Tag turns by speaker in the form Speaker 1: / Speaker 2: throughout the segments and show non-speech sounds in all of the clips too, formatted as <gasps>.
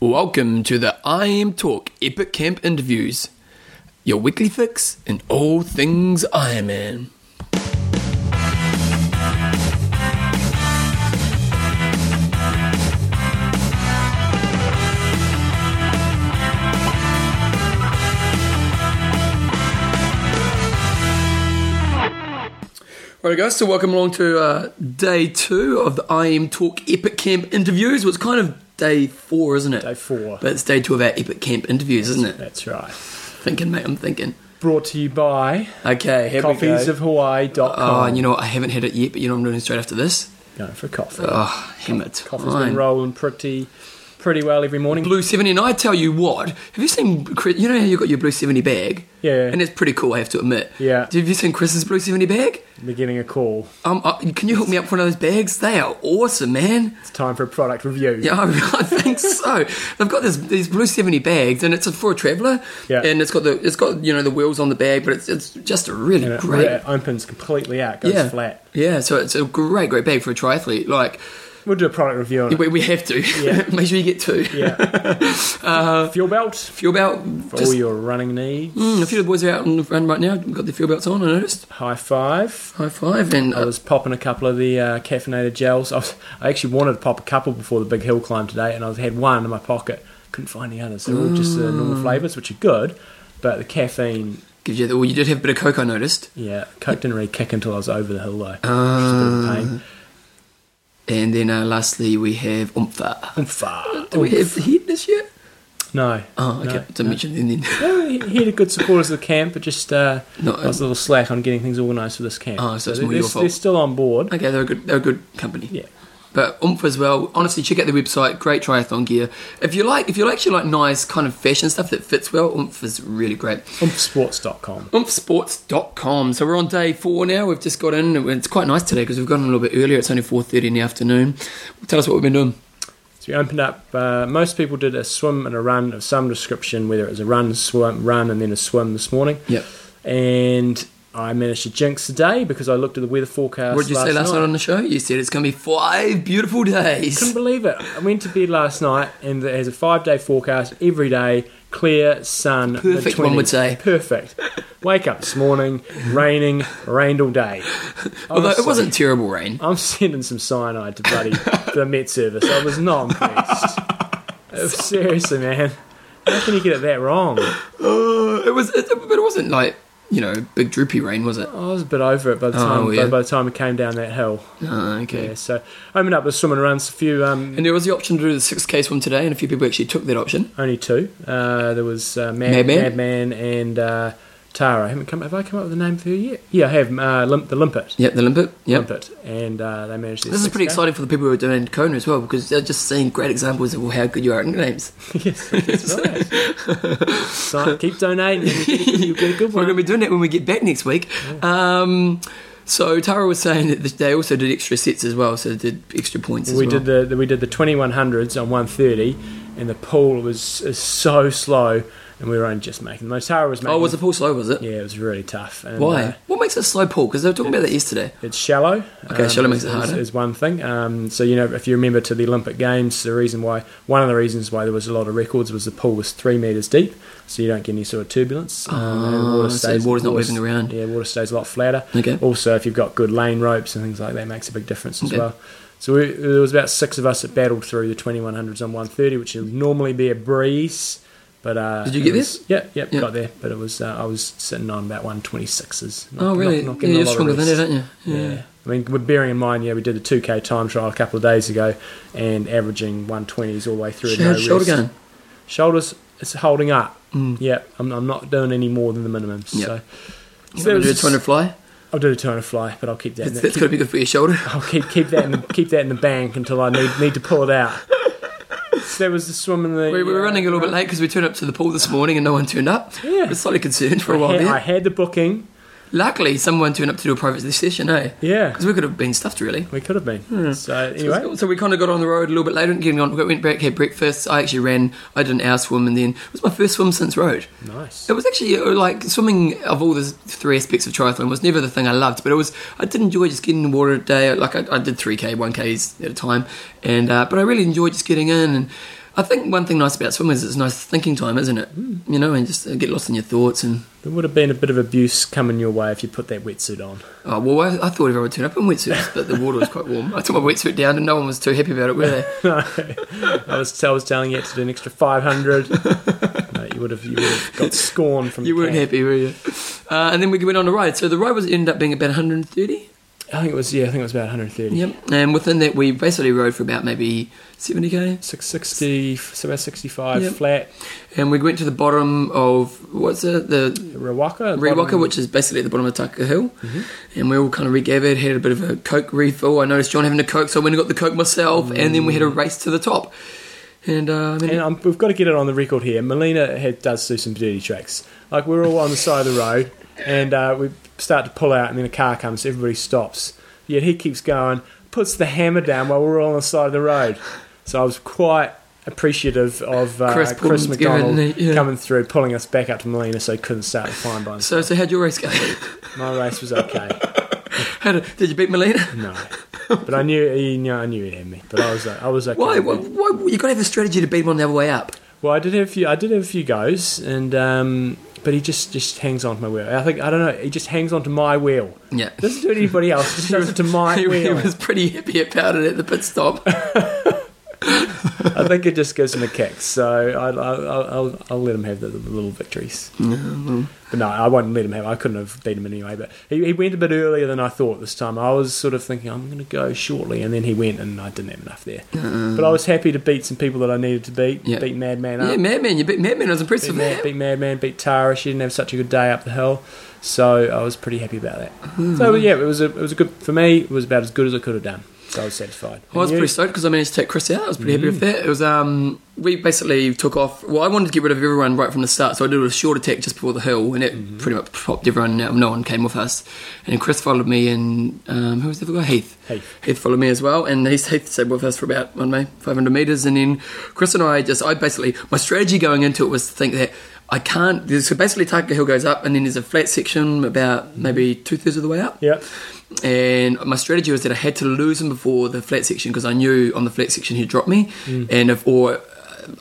Speaker 1: Welcome to the I Am Talk Epic Camp Interviews, your weekly fix in all things Iron Man. Alright, guys, so welcome along to uh, day two of the I Am Talk Epic Camp interviews. Well, it's kind of day four, isn't it?
Speaker 2: Day four.
Speaker 1: But it's day two of our Epic Camp interviews, isn't it?
Speaker 2: That's right.
Speaker 1: Thinking, mate, I'm thinking.
Speaker 2: Brought to you by
Speaker 1: Okay, here we go.
Speaker 2: coffeesofhawaii.com.
Speaker 1: Oh, and you know what? I haven't had it yet, but you know what I'm doing straight after this?
Speaker 2: Going for a coffee.
Speaker 1: Oh, hammer
Speaker 2: Coffee's
Speaker 1: time.
Speaker 2: been rolling pretty, pretty well every morning.
Speaker 1: Blue 70, and I tell you what, have you seen, Chris- you know how you got your Blue 70 bag?
Speaker 2: Yeah.
Speaker 1: And it's pretty cool, I have to admit.
Speaker 2: Yeah.
Speaker 1: Have you seen Chris's Blue 70 bag?
Speaker 2: We're getting a call.
Speaker 1: Um, I, can you hook me up for one of those bags? They are awesome, man.
Speaker 2: It's time for a product review.
Speaker 1: Yeah, <laughs> I, I think so. They've got this, these blue seventy bags, and it's for a traveller.
Speaker 2: Yeah.
Speaker 1: And it's got the it's got you know the wheels on the bag, but it's it's just a really
Speaker 2: And it,
Speaker 1: great.
Speaker 2: it Uh, opens completely out, goes
Speaker 1: yeah.
Speaker 2: flat.
Speaker 1: Yeah, so it's a great great bag for a triathlete. Like
Speaker 2: We'll do a product review on it.
Speaker 1: we, we have to
Speaker 2: Yeah.
Speaker 1: <laughs> make sure you get two.
Speaker 2: Yeah. Fuel belt
Speaker 1: Fuel belt.
Speaker 2: for
Speaker 1: just-
Speaker 2: all your running needs.
Speaker 1: Mm, a few of the boys are out on the run right now. Got their fuel belts on. I noticed.
Speaker 2: High five.
Speaker 1: High five and
Speaker 2: I
Speaker 1: uh,
Speaker 2: was popping a couple of the uh, caffeinated gels. I, was, I actually wanted to pop a couple before the big hill climb today, and I had one in my pocket. Couldn't find the others. They're all just the
Speaker 1: Mm.
Speaker 2: normal flavours, which are good, but the caffeine,
Speaker 1: gives you. The, well, you did have a bit of coke. I noticed.
Speaker 2: yeah, Coke didn't really kick until I was over the hill though. Which was a bit of a pain.
Speaker 1: Uh. And then uh, lastly we have Umfa.
Speaker 2: Oomph, ah,
Speaker 1: Do we
Speaker 2: oomph.
Speaker 1: have the heat this year?
Speaker 2: No.
Speaker 1: Oh, okay.
Speaker 2: no,
Speaker 1: Didn't mention them then. <laughs>
Speaker 2: No, he he had a good support as the camp, but just uh,
Speaker 1: No,
Speaker 2: I was a little slack on getting things organised for this camp.
Speaker 1: Oh, so it's
Speaker 2: they're,
Speaker 1: more your
Speaker 2: they're-
Speaker 1: fault.
Speaker 2: they're still on board.
Speaker 1: Okay, they're a good, they're a good company.
Speaker 2: Yeah.
Speaker 1: But Oomph as well. Honestly, check out their website. Great triathlon gear. If you like, if you actually like nice kind of fashion stuff that fits well, Oomph is really great.
Speaker 2: Oompfsports.com.
Speaker 1: Oompsports.com. So we're on day four now. We've just got in. and It's quite nice today because we've gotten a little bit earlier. It's only four thirty in the afternoon. Tell us what we've been doing.
Speaker 2: So we opened up. Uh, most people did a swim and a run of some description, whether it was a run, swim, run, and then a swim this morning.
Speaker 1: Yep.
Speaker 2: And I managed to jinx the day because I looked at the weather forecast.
Speaker 1: what did you say last night. on the show? You said it's going to be five beautiful
Speaker 2: couldn't
Speaker 1: days.
Speaker 2: believe it. I went to bed last night and it has a five day forecast every day, clear sun.
Speaker 1: Perfect,
Speaker 2: mid-twenties.
Speaker 1: one would say.
Speaker 2: Perfect. Wake up this morning, raining, rained all day.
Speaker 1: Although it
Speaker 2: Honestly,
Speaker 1: wasn't terrible rain.
Speaker 2: I'm sending some cyanide to bloody the Met Service. I was not impressed. Uh, Seriously, man. How can you get it that wrong? I
Speaker 1: Uh, it was, it, but it wasn't like you know big droopy rain, was it?
Speaker 2: was a bit over it by the time
Speaker 1: Oh, yeah.
Speaker 2: by, by the time I came down that hill.
Speaker 1: Uh, okay.
Speaker 2: Yeah, so opened up with swim and runs. A few, um,
Speaker 1: And there was the option to do the 6K swim today, and a few people actually took that option.
Speaker 2: only two. Uh, there was uh, Mad,
Speaker 1: Madman?
Speaker 2: Madman? and uh, Tara. I haven't come. Have I come up with a name for her yet? Yeah, I have. Uh, Lim- the Limpet.
Speaker 1: Yep, the limpet. Yep.
Speaker 2: Limpet, and uh, they managed. their
Speaker 1: This is
Speaker 2: 6K.
Speaker 1: pretty exciting for the people who are doing Kona as well, because they're just seeing great examples of how good you are at names.
Speaker 2: <laughs> yes, that's right. so
Speaker 1: <laughs>
Speaker 2: keep donating. and You'll get a good- you'll get a good
Speaker 1: We're
Speaker 2: one.
Speaker 1: going to be doing that when we get back next week. Um, so Tara was saying that they also did extra sets as well, so they did extra points as
Speaker 2: we
Speaker 1: well.
Speaker 2: did the, the we did the 2100s on 130 and the pool was is so slow and we were only just making the most Tara was making
Speaker 1: oh, was the pool slow? Was it?
Speaker 2: yeah it was really tough and,
Speaker 1: Why?
Speaker 2: uh,
Speaker 1: what makes it slow pool? Because they were talking about that yesterday.
Speaker 2: it's shallow Um,
Speaker 1: Okay, shallow makes it
Speaker 2: is-
Speaker 1: harder.
Speaker 2: is, is one thing um, so you know if you remember to the Olympic Games the reason why one of the reasons why there was a lot of records was the pool was three meters deep so you don't get any sort of turbulence um, and
Speaker 1: Ah, so the water's not moving around.
Speaker 2: yeah water stays a lot flatter
Speaker 1: Okay.
Speaker 2: also if you've got good lane ropes and things like that makes a big difference as
Speaker 1: Okay.
Speaker 2: well so we, there was about six of us that battled through the 2100s on 130 which would normally be a breeze but uh,
Speaker 1: Did you get
Speaker 2: it was-
Speaker 1: this?
Speaker 2: Yep, yep,
Speaker 1: Yeah.
Speaker 2: got there. But it was uh, I was sitting on about 126s. Not-
Speaker 1: Oh,
Speaker 2: not-
Speaker 1: really?
Speaker 2: not
Speaker 1: yeah,
Speaker 2: getting a
Speaker 1: you're
Speaker 2: lot of
Speaker 1: stronger than
Speaker 2: rest.
Speaker 1: that, eh? aren't you?
Speaker 2: Yeah. I mean, we're bearing in mind, yeah, we did the 2K time trial a couple of days ago and averaging 120s all the way through.
Speaker 1: Sh-
Speaker 2: and no
Speaker 1: shoulder
Speaker 2: rest.
Speaker 1: gun.
Speaker 2: Shoulders, it's holding up.
Speaker 1: Mm.
Speaker 2: Yeah, I'm, I'm not doing any more than the minimum.
Speaker 1: Yeah.
Speaker 2: So,
Speaker 1: You want
Speaker 2: so
Speaker 1: to
Speaker 2: it
Speaker 1: do a
Speaker 2: was-
Speaker 1: 200 fly?
Speaker 2: I'll do the 200 fly, but I'll keep that.
Speaker 1: That's,
Speaker 2: in the,
Speaker 1: that's going to be good for your shoulder.
Speaker 2: I'll keep keep that in
Speaker 1: <laughs>
Speaker 2: the, keep that in the bank until I need need to pull it out. So there was the swim in the.
Speaker 1: We, we were
Speaker 2: uh,
Speaker 1: running a little bit late because we turned up to the pool this morning and no one turned up.
Speaker 2: Yeah.
Speaker 1: We were slightly concerned for a
Speaker 2: I
Speaker 1: while
Speaker 2: had, I
Speaker 1: there.
Speaker 2: had the booking.
Speaker 1: Luckily, someone turned up to do a private session, eh?
Speaker 2: Yeah,
Speaker 1: Because we could have been stuffed, really.
Speaker 2: we could have been.
Speaker 1: Hmm.
Speaker 2: So anyway,
Speaker 1: So we kind of got on the road a little bit later and getting on, went back, had breakfast. I actually ran, I did an hour swim, and then it was my first swim since road.
Speaker 2: nice.
Speaker 1: It was actually uh, like swimming of all the three aspects of triathlon was never the thing I loved, but it was I did enjoy just getting in the water a day. Like I, I did three k, one k's at a time, and uh, but I really enjoyed just getting in and I think one thing nice about swimming is it's nice thinking time, isn't it? You know, and just uh, get lost in your thoughts. And
Speaker 2: There would have been a bit of abuse coming your way if you put that wetsuit on.
Speaker 1: oh well, I, I thought everyone would turn up in wetsuits, but the water was quite warm. I took my wetsuit down, and no one was too happy about it, were they?
Speaker 2: I was, I was telling you to do an
Speaker 1: <laughs>
Speaker 2: extra 500. no, you would have, you would have got scorn from
Speaker 1: You
Speaker 2: the
Speaker 1: weren't
Speaker 2: cat.
Speaker 1: happy, were you? Uh, and then we went on a ride. So the ride was ended up being about 130.
Speaker 2: I think it was, yeah, I think it was about 130.
Speaker 1: Yep. And within that, we basically rode for about maybe 70k.
Speaker 2: 660, so about 65
Speaker 1: Yep.
Speaker 2: flat.
Speaker 1: And we went to the bottom of what's it, the
Speaker 2: Rewaka.
Speaker 1: Rewaka,
Speaker 2: bottom- Mm-hmm.
Speaker 1: which is basically at the bottom of Tucker Hill. And we all kind of regathered, had a bit of a Coke refill. I noticed John having a Coke, so I went and got the Coke myself. And then we
Speaker 2: Mm.
Speaker 1: had a race to the top. And, uh, I mean,
Speaker 2: And um, we've got to get it on the record here. Melina had, does do some dirty tricks. Like we're all on the side of the road, and uh, we start to pull out, and then a car comes. Everybody stops. Yet he keeps going, puts the hammer down while we're all on the side of the road. So I was quite appreciative of uh,
Speaker 1: Chris
Speaker 2: Chris,
Speaker 1: Gordon's
Speaker 2: McDonald
Speaker 1: given the- yeah.
Speaker 2: coming through, pulling us back up to Melina, so he couldn't start the climb by himself.
Speaker 1: so, so how'd your race go? <laughs>
Speaker 2: My race was okay.
Speaker 1: How did, did you beat Melina?
Speaker 2: No, but I knew he, no, I knew he had me. But I was, uh, I was okay.
Speaker 1: Why?
Speaker 2: with
Speaker 1: Why,
Speaker 2: it.
Speaker 1: why? you got to have a strategy to beat him on the other way up.
Speaker 2: Well, I did have a few. I did have a few goes, and um, but he just just hangs on to my wheel. I think I don't know. He just hangs on to my wheel.
Speaker 1: Yeah.
Speaker 2: Doesn't do it to anybody else. Just does it to my
Speaker 1: <laughs> he, he
Speaker 2: wheel.
Speaker 1: was pretty happy about it at the pit stop.
Speaker 2: I think it just gives him a kick. So I, I, I'll, I'll, I'll let him have the, the little victories. But no, I won't let him have. I couldn't have beat him anyway. But he, he went a bit earlier than I thought this time. I was sort of thinking I'm going to go shortly, and then he went, and I didn't have enough there. But I was happy to beat some people that I needed to beat.
Speaker 1: Uh-uh. Yeah.
Speaker 2: Beat Madman up.
Speaker 1: yeah, Madman, you beat Madman. I was
Speaker 2: beat,
Speaker 1: impressive.
Speaker 2: Mad,
Speaker 1: man.
Speaker 2: beat Madman, beat Tara. She didn't have such a good day up the hill, so I was pretty happy about that.
Speaker 1: Hmm.
Speaker 2: So yeah, it was a, it was a good for me. It was about as good as I could have done. So I was satisfied.
Speaker 1: I was
Speaker 2: And you?
Speaker 1: pretty stoked because I managed to take Chris out. I was pretty
Speaker 2: Mm.
Speaker 1: happy with that. It was um, we basically took off. Well, I wanted to get rid of everyone right from the start, so I did a short attack just before the hill, and it
Speaker 2: Mm-hmm.
Speaker 1: pretty much popped everyone out. No one came with us, and Chris followed me, and um, who was the other guy? Heath.
Speaker 2: Heath.
Speaker 1: Heath followed me as well, and Heath, Heath stayed with us for about I don't know, 500 meters, and then Chris and I just I basically my strategy going into it was to think that. I can't. So basically, Taka Hill goes up, and then there's a flat section about maybe two thirds of the way up
Speaker 2: Yeah.
Speaker 1: and my strategy was that I had to lose him before the flat section because I knew on the flat section he'd drop me, and if or uh,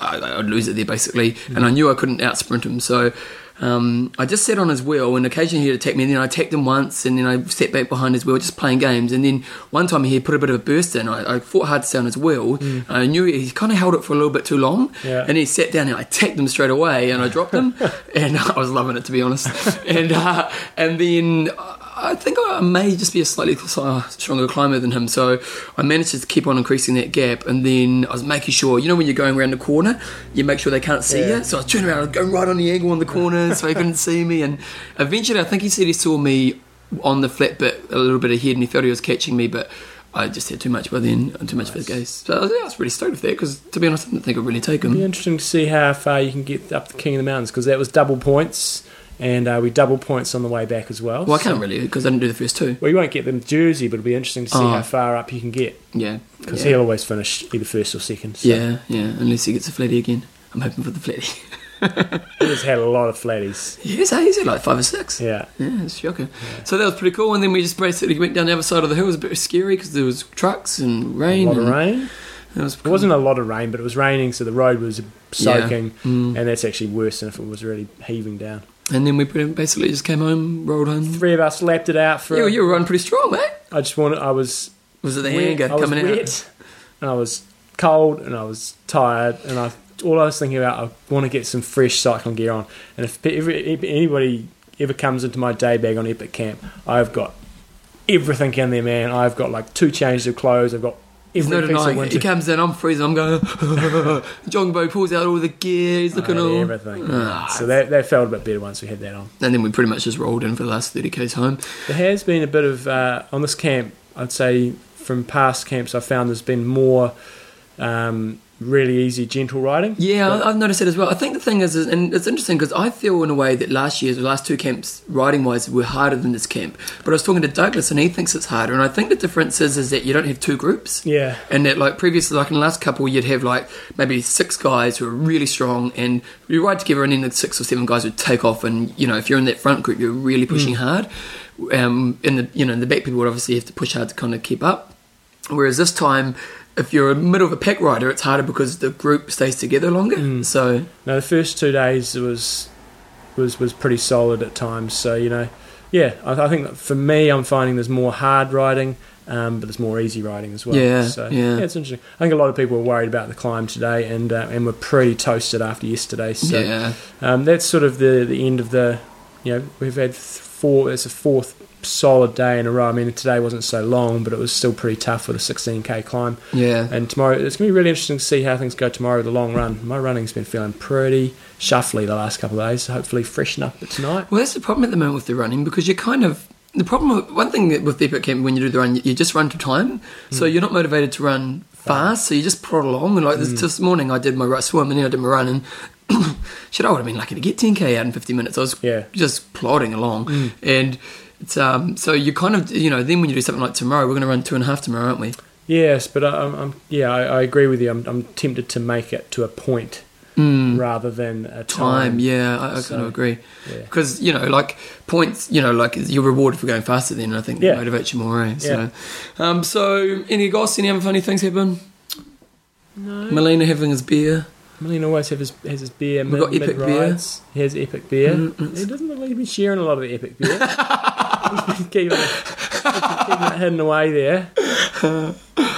Speaker 1: I, I'd lose it there basically, and I knew I couldn't out sprint him, so. Um, I just sat on his wheel, and occasionally he'd attack me. And then I attacked him once, and then I sat back behind his wheel, just playing games. And then one time he put a bit of a burst in. I, I fought hard to stay on his wheel. and I knew he kind of held it for a little bit too long,
Speaker 2: Yeah.
Speaker 1: and then he sat down, and I attacked him straight away, and I dropped him. and I was loving it, to be honest. and uh, and then uh, I think I may just be a slightly uh, stronger climber than him, so I managed to keep on increasing that gap. And then I was making sure, you know, when you're going around the corner, you make sure they can't see
Speaker 2: Yeah.
Speaker 1: you. So I was turning around, I was going right on the angle on the corner, so he couldn't see me. And eventually, I think he said he saw me on the flat bit a little bit ahead, and he felt he was catching me, but. I just had too much by then, and too much for his gaze. So I was, yeah, I was pretty stoked with that because, to be honest, I didn't think I'd really take him.
Speaker 2: Be interesting to see how far you can get up the King of the Mountains because that was double points, and uh, we double points on the way back as well.
Speaker 1: Well, I can't really because I didn't do the first two.
Speaker 2: Well, you won't get them Jersey, but it'll be interesting to see
Speaker 1: Oh.
Speaker 2: how far up you can get
Speaker 1: Yeah,
Speaker 2: because
Speaker 1: yeah.
Speaker 2: he'll always finish either first or second. So
Speaker 1: yeah, yeah. Unless he gets a flatty again, I'm hoping for the <laughs> flatty.
Speaker 2: he's had a lot of flatties.
Speaker 1: yes, eh? he's at like five or six.
Speaker 2: Yeah,
Speaker 1: Yeah, it's shocking. So that was pretty cool. And then we just basically went down the other side of the hill. It was a bit scary because there was trucks and
Speaker 2: a
Speaker 1: rain.
Speaker 2: lot of
Speaker 1: and
Speaker 2: rain.
Speaker 1: It was
Speaker 2: It wasn't a lot of rain, but it was raining, so the road was soaking,
Speaker 1: Mm.
Speaker 2: and that's actually worse than if it was really heaving down.
Speaker 1: And then we pretty- basically just came home, rolled home.
Speaker 2: Three of us lapped it out for.
Speaker 1: You, you were running pretty strong, mate.
Speaker 2: I just wanted. I was
Speaker 1: Was it the
Speaker 2: wet,
Speaker 1: anger
Speaker 2: I was
Speaker 1: coming out?
Speaker 2: wet, and I was cold, and I was tired, and I all I was thinking about. I want to get some fresh cycling gear on, and if, pe- every- if anybody ever comes into my day bag on Epic Camp, I've got everything in there, man. I've got like two changes of clothes. I've got
Speaker 1: There's
Speaker 2: every
Speaker 1: no
Speaker 2: piece of
Speaker 1: denying it.
Speaker 2: winter.
Speaker 1: He comes in, I'm freezing, I'm going, <laughs> Jongbo pulls out all the gear, he's
Speaker 2: I had
Speaker 1: looking all.
Speaker 2: everything.
Speaker 1: Ah.
Speaker 2: so that, that felt a bit better once we had that on.
Speaker 1: And then we pretty much just rolled in for the last 30k's home.
Speaker 2: There has been a bit of uh, on this camp. I'd say from past camps, I've found there's been more um, really easy, gentle riding.
Speaker 1: Yeah,
Speaker 2: But-
Speaker 1: I I've noticed it as well. I think the thing is, is and it's interesting because I feel in a way that last year's, the last two camps, riding wise, were harder than this camp. But I was talking to Douglas, and he thinks it's harder. And I think the difference is, is that you don't have two groups.
Speaker 2: yeah,
Speaker 1: And that, like previously, like in the last couple, you'd have like maybe six guys who are really strong, and you ride together, and then the six or seven guys would take off. And you know, if you're in that front group, you're really pushing hard. Um, and the you know, the back people would obviously have to push hard to kind of keep up. Whereas this time, if you're in the middle of a pack rider, it's harder because the group stays together longer. So
Speaker 2: No, the first two days was was was pretty solid at times. So you know, yeah, I, I think that for me, I'm finding there's more hard riding, um, but there's more easy riding as well.
Speaker 1: Yeah,
Speaker 2: so,
Speaker 1: yeah.
Speaker 2: it's interesting. I think a lot of people were worried about the climb today, and uh, and were pretty toasted after yesterday. So
Speaker 1: yeah,
Speaker 2: um, that's sort of the the end of the. You know, we've had th- four. It's a fourth solid day in a row. I mean, today wasn't so long, but it was still pretty tough with a 16k climb.
Speaker 1: yeah,
Speaker 2: And tomorrow, it's going to be really interesting to see how things go tomorrow with the long run. My running's been feeling pretty shuffly the last couple of days. So hopefully, freshen up tonight.
Speaker 1: Well, that's the problem at the moment with the running because you're kind of the problem. With, one thing with the epic camp when you do the run, you just run to time, so
Speaker 2: Hmm.
Speaker 1: you're not motivated to run fast. So you just prod along. And like
Speaker 2: Hmm.
Speaker 1: this, this morning, I did my right swim and <coughs> then I did my run, and shit, I would have been lucky to get 10k out in 50 minutes. I was
Speaker 2: Yeah. Hmm.
Speaker 1: just plodding along, and it's um. So you kind of you know then when you do something like tomorrow, we're going to run two and a half tomorrow, aren't we?
Speaker 2: Yes, but I, I'm, I'm, yeah, I, I agree with you. I'm, I'm tempted to make it to a point rather than a
Speaker 1: time.
Speaker 2: Hmm. Mm. time.
Speaker 1: Yeah, I, I kind
Speaker 2: So,
Speaker 1: of agree.
Speaker 2: yeah.
Speaker 1: Because you know, like points, you know, like you're rewarded for going faster. Then and I think that
Speaker 2: Yeah.
Speaker 1: motivates you more. Eh? So, um, so any goss? Any other funny things happen?
Speaker 2: No,
Speaker 1: Melina having his beer.
Speaker 2: Malin always have his, has his beer.
Speaker 1: We've got epic beer.
Speaker 2: mid-rides. He has epic beer.
Speaker 1: Mm,
Speaker 2: He doesn't look like he's been sharing a lot of the epic beer. He's been keeping it, keeping it hidden away there.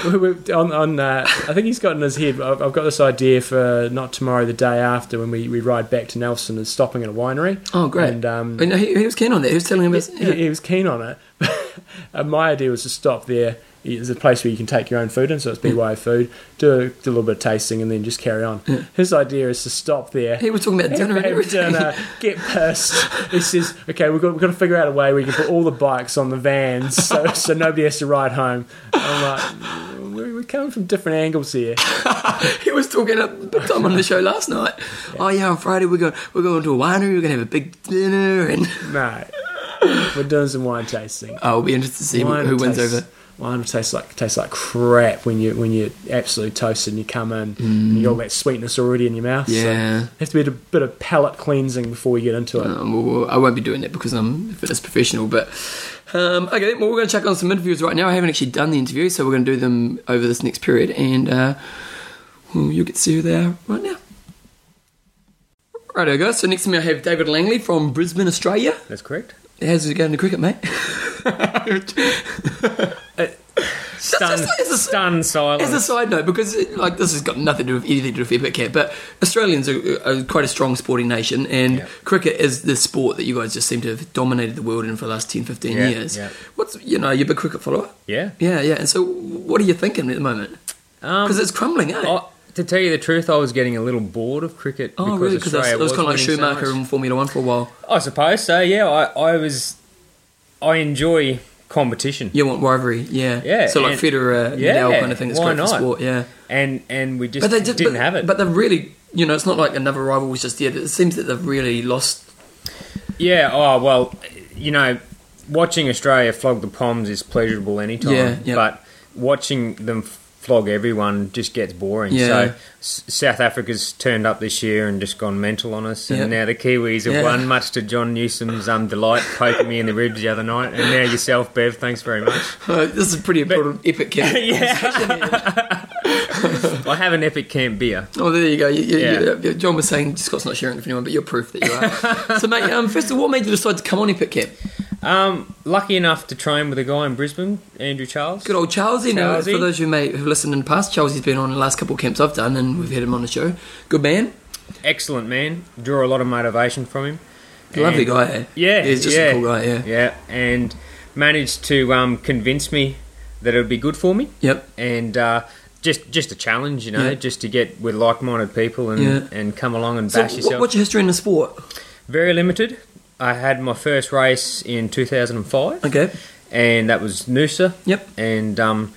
Speaker 2: We- we- on, on, uh, I think he's got in his head. I've, I've got this idea for not tomorrow, the day after, when we, we ride back to Nelson and stopping at a winery.
Speaker 1: Oh, great!
Speaker 2: And um,
Speaker 1: And he, he was keen on that. He was telling him. About,
Speaker 2: he, he was keen on it. <laughs> and my idea was to stop there. It's a place where you can take your own food in, so it's BY
Speaker 1: Mm.
Speaker 2: food. Do a, do a little bit of tasting and then just carry on. His idea is to stop
Speaker 1: <laughs>
Speaker 2: there.
Speaker 1: He was talking about
Speaker 2: <laughs>
Speaker 1: dinner and
Speaker 2: Have
Speaker 1: everything.
Speaker 2: dinner, get pissed. He says, "Okay, we've got, we've got to figure out a way we can put all the bikes on the vans,
Speaker 1: <laughs>
Speaker 2: so so nobody has to ride home." I'm like, "We're, we're coming from different angles here."
Speaker 1: He was talking a big time on the show last
Speaker 2: <laughs>
Speaker 1: night. Oh yeah, on Friday we're going we're going to a winery. We're going to have a big dinner, and <laughs>
Speaker 2: No, we're doing some wine tasting.
Speaker 1: I'll be interested to see who,
Speaker 2: Wine
Speaker 1: who wins
Speaker 2: tastes-
Speaker 1: over.
Speaker 2: Wine tastes like tastes like crap when you when you're absolutely toasted and you come in and you got all that sweetness already in your mouth.
Speaker 1: Mm. Yeah.
Speaker 2: so has to be a bit of palate cleansing before you get into it.
Speaker 1: Um, well, well, I won't be doing that because I'm a fitness professional. But um, okay, well, we're going to check on some interviews right now. I haven't actually done the interview, so we're going to do them over this next period, and uh, well, you'll get to see who they are right now. Right, there we go. So next to me, I have David Langley from Brisbane, Australia.
Speaker 2: That's correct.
Speaker 1: How's it going to cricket, mate? <laughs>
Speaker 3: Stun,
Speaker 1: just- it's a-
Speaker 3: stun silence.
Speaker 1: As a side note, because like this has got nothing to do with anything to do with Epic Cat, but Australians are, are quite a strong sporting nation, and
Speaker 3: Yeah.
Speaker 1: cricket is the sport that you guys just seem to have dominated the world in for the last 10, 15
Speaker 3: Yeah,
Speaker 1: years.
Speaker 3: yeah.
Speaker 1: What's you know, you're a big cricket follower?
Speaker 3: yeah.
Speaker 1: Yeah, yeah. And so, what are you thinking at the moment?
Speaker 3: Um,
Speaker 1: Because it's crumbling, eh?
Speaker 3: I, to tell you the truth, I was getting a little bored of cricket.
Speaker 1: oh,
Speaker 3: because
Speaker 1: really? Because it
Speaker 3: Australia
Speaker 1: was kind of like
Speaker 3: winning so
Speaker 1: Schumacher
Speaker 3: much.
Speaker 1: and Formula One for a while.
Speaker 3: I suppose so. Yeah, I, I was. I enjoy competition,
Speaker 1: You want rivalry, yeah.
Speaker 3: Yeah,
Speaker 1: So like
Speaker 3: and-
Speaker 1: Federer, uh,
Speaker 3: yeah,
Speaker 1: Nadal kind of thing. It's great
Speaker 3: why
Speaker 1: for
Speaker 3: not?
Speaker 1: sport, yeah.
Speaker 3: and and we just
Speaker 1: But they just,
Speaker 3: didn't
Speaker 1: but,
Speaker 3: have it.
Speaker 1: But they've really, you know, it's not like another rival was just there. It seems that they've really lost.
Speaker 3: yeah. Oh well, you know, watching Australia flog the Poms is pleasurable anytime.
Speaker 1: Yeah, yeah.
Speaker 3: But watching them flog everyone just gets boring.
Speaker 1: Yeah.
Speaker 3: So S- South Africa's turned up this year and just gone mental on us, and
Speaker 1: Yeah.
Speaker 3: now the Kiwis have
Speaker 1: Yeah.
Speaker 3: won, much to John Newsom's um, delight, poking me in the ribs the other night, and now yourself, Bev. Thanks very much.
Speaker 1: Uh, this is pretty important,
Speaker 3: <laughs>
Speaker 1: epic camp.
Speaker 3: yeah. I have an epic camp beer.
Speaker 1: Oh, there you go. You, you,
Speaker 3: Yeah.
Speaker 1: you- John was saying Scott's not sharing it with anyone, but you're proof that
Speaker 3: <laughs>
Speaker 1: you are. so, mate, um, first of all, what made you decide to come on Epic Camp?
Speaker 3: Um, lucky enough to train with a guy in Brisbane, Andrew Charles.
Speaker 1: Good old Charlesy. Now,
Speaker 3: Charlesy.
Speaker 1: for those who may have listened in the past, Charlesy's been on the last couple of camps I've done, and we've had him on the show. Good man,
Speaker 3: Excellent man. Draw a lot of motivation from him.
Speaker 1: lovely
Speaker 3: And-
Speaker 1: guy. eh?
Speaker 3: Yeah,
Speaker 1: he's just
Speaker 3: yeah,
Speaker 1: a cool guy. Yeah,
Speaker 3: yeah, and managed to um, convince me that it would be good for me,
Speaker 1: yep.
Speaker 3: and uh, just just a challenge, you know,
Speaker 1: Yeah.
Speaker 3: just to get with like-minded people and
Speaker 1: Yeah.
Speaker 3: and come along and
Speaker 1: So,
Speaker 3: bash
Speaker 1: wh-
Speaker 3: yourself.
Speaker 1: what's your history in the sport?
Speaker 3: Very limited. I had my first race in 2005,
Speaker 1: Okay,
Speaker 3: and that was Noosa.
Speaker 1: Yep.
Speaker 3: and um,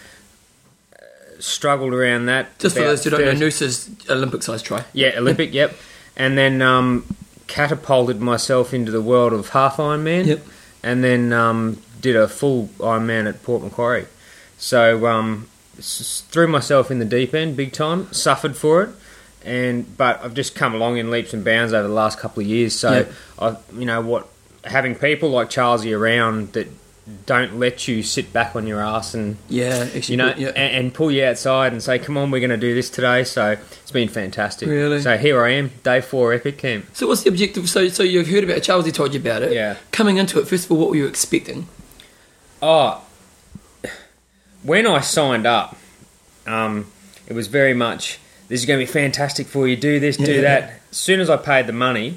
Speaker 3: uh, struggled around that.
Speaker 1: just for
Speaker 3: about
Speaker 1: those who don't know,
Speaker 3: 30
Speaker 1: Noosa's Olympic-sized try. <laughs>
Speaker 3: yeah, Olympic, yep. And then um, catapulted myself into the world of half Ironman.
Speaker 1: Yep.
Speaker 3: And then um, did a full Ironman at Port Macquarie. So um, s- threw myself in the deep end, big time. Suffered for it, and but I've just come along in leaps and bounds over the last couple of years. So
Speaker 1: Yep.
Speaker 3: I, you know what, having people like Charlesy around that don't let you sit back on your ass and
Speaker 1: Yeah, actually,
Speaker 3: you know
Speaker 1: yeah.
Speaker 3: and, and pull you outside and say, "Come on, we're going to do this today." So it's been fantastic.
Speaker 1: Really?
Speaker 3: So here I am, day four, epic camp.
Speaker 1: so what's the objective? So so you've heard about it, Charles? He told you about it.
Speaker 3: Yeah.
Speaker 1: Coming into it, first of all, what were you expecting?
Speaker 3: Oh, when I signed up, um, it was very much this is going to be fantastic for you. Do this, do
Speaker 1: Yeah.
Speaker 3: that. As soon as I paid the money,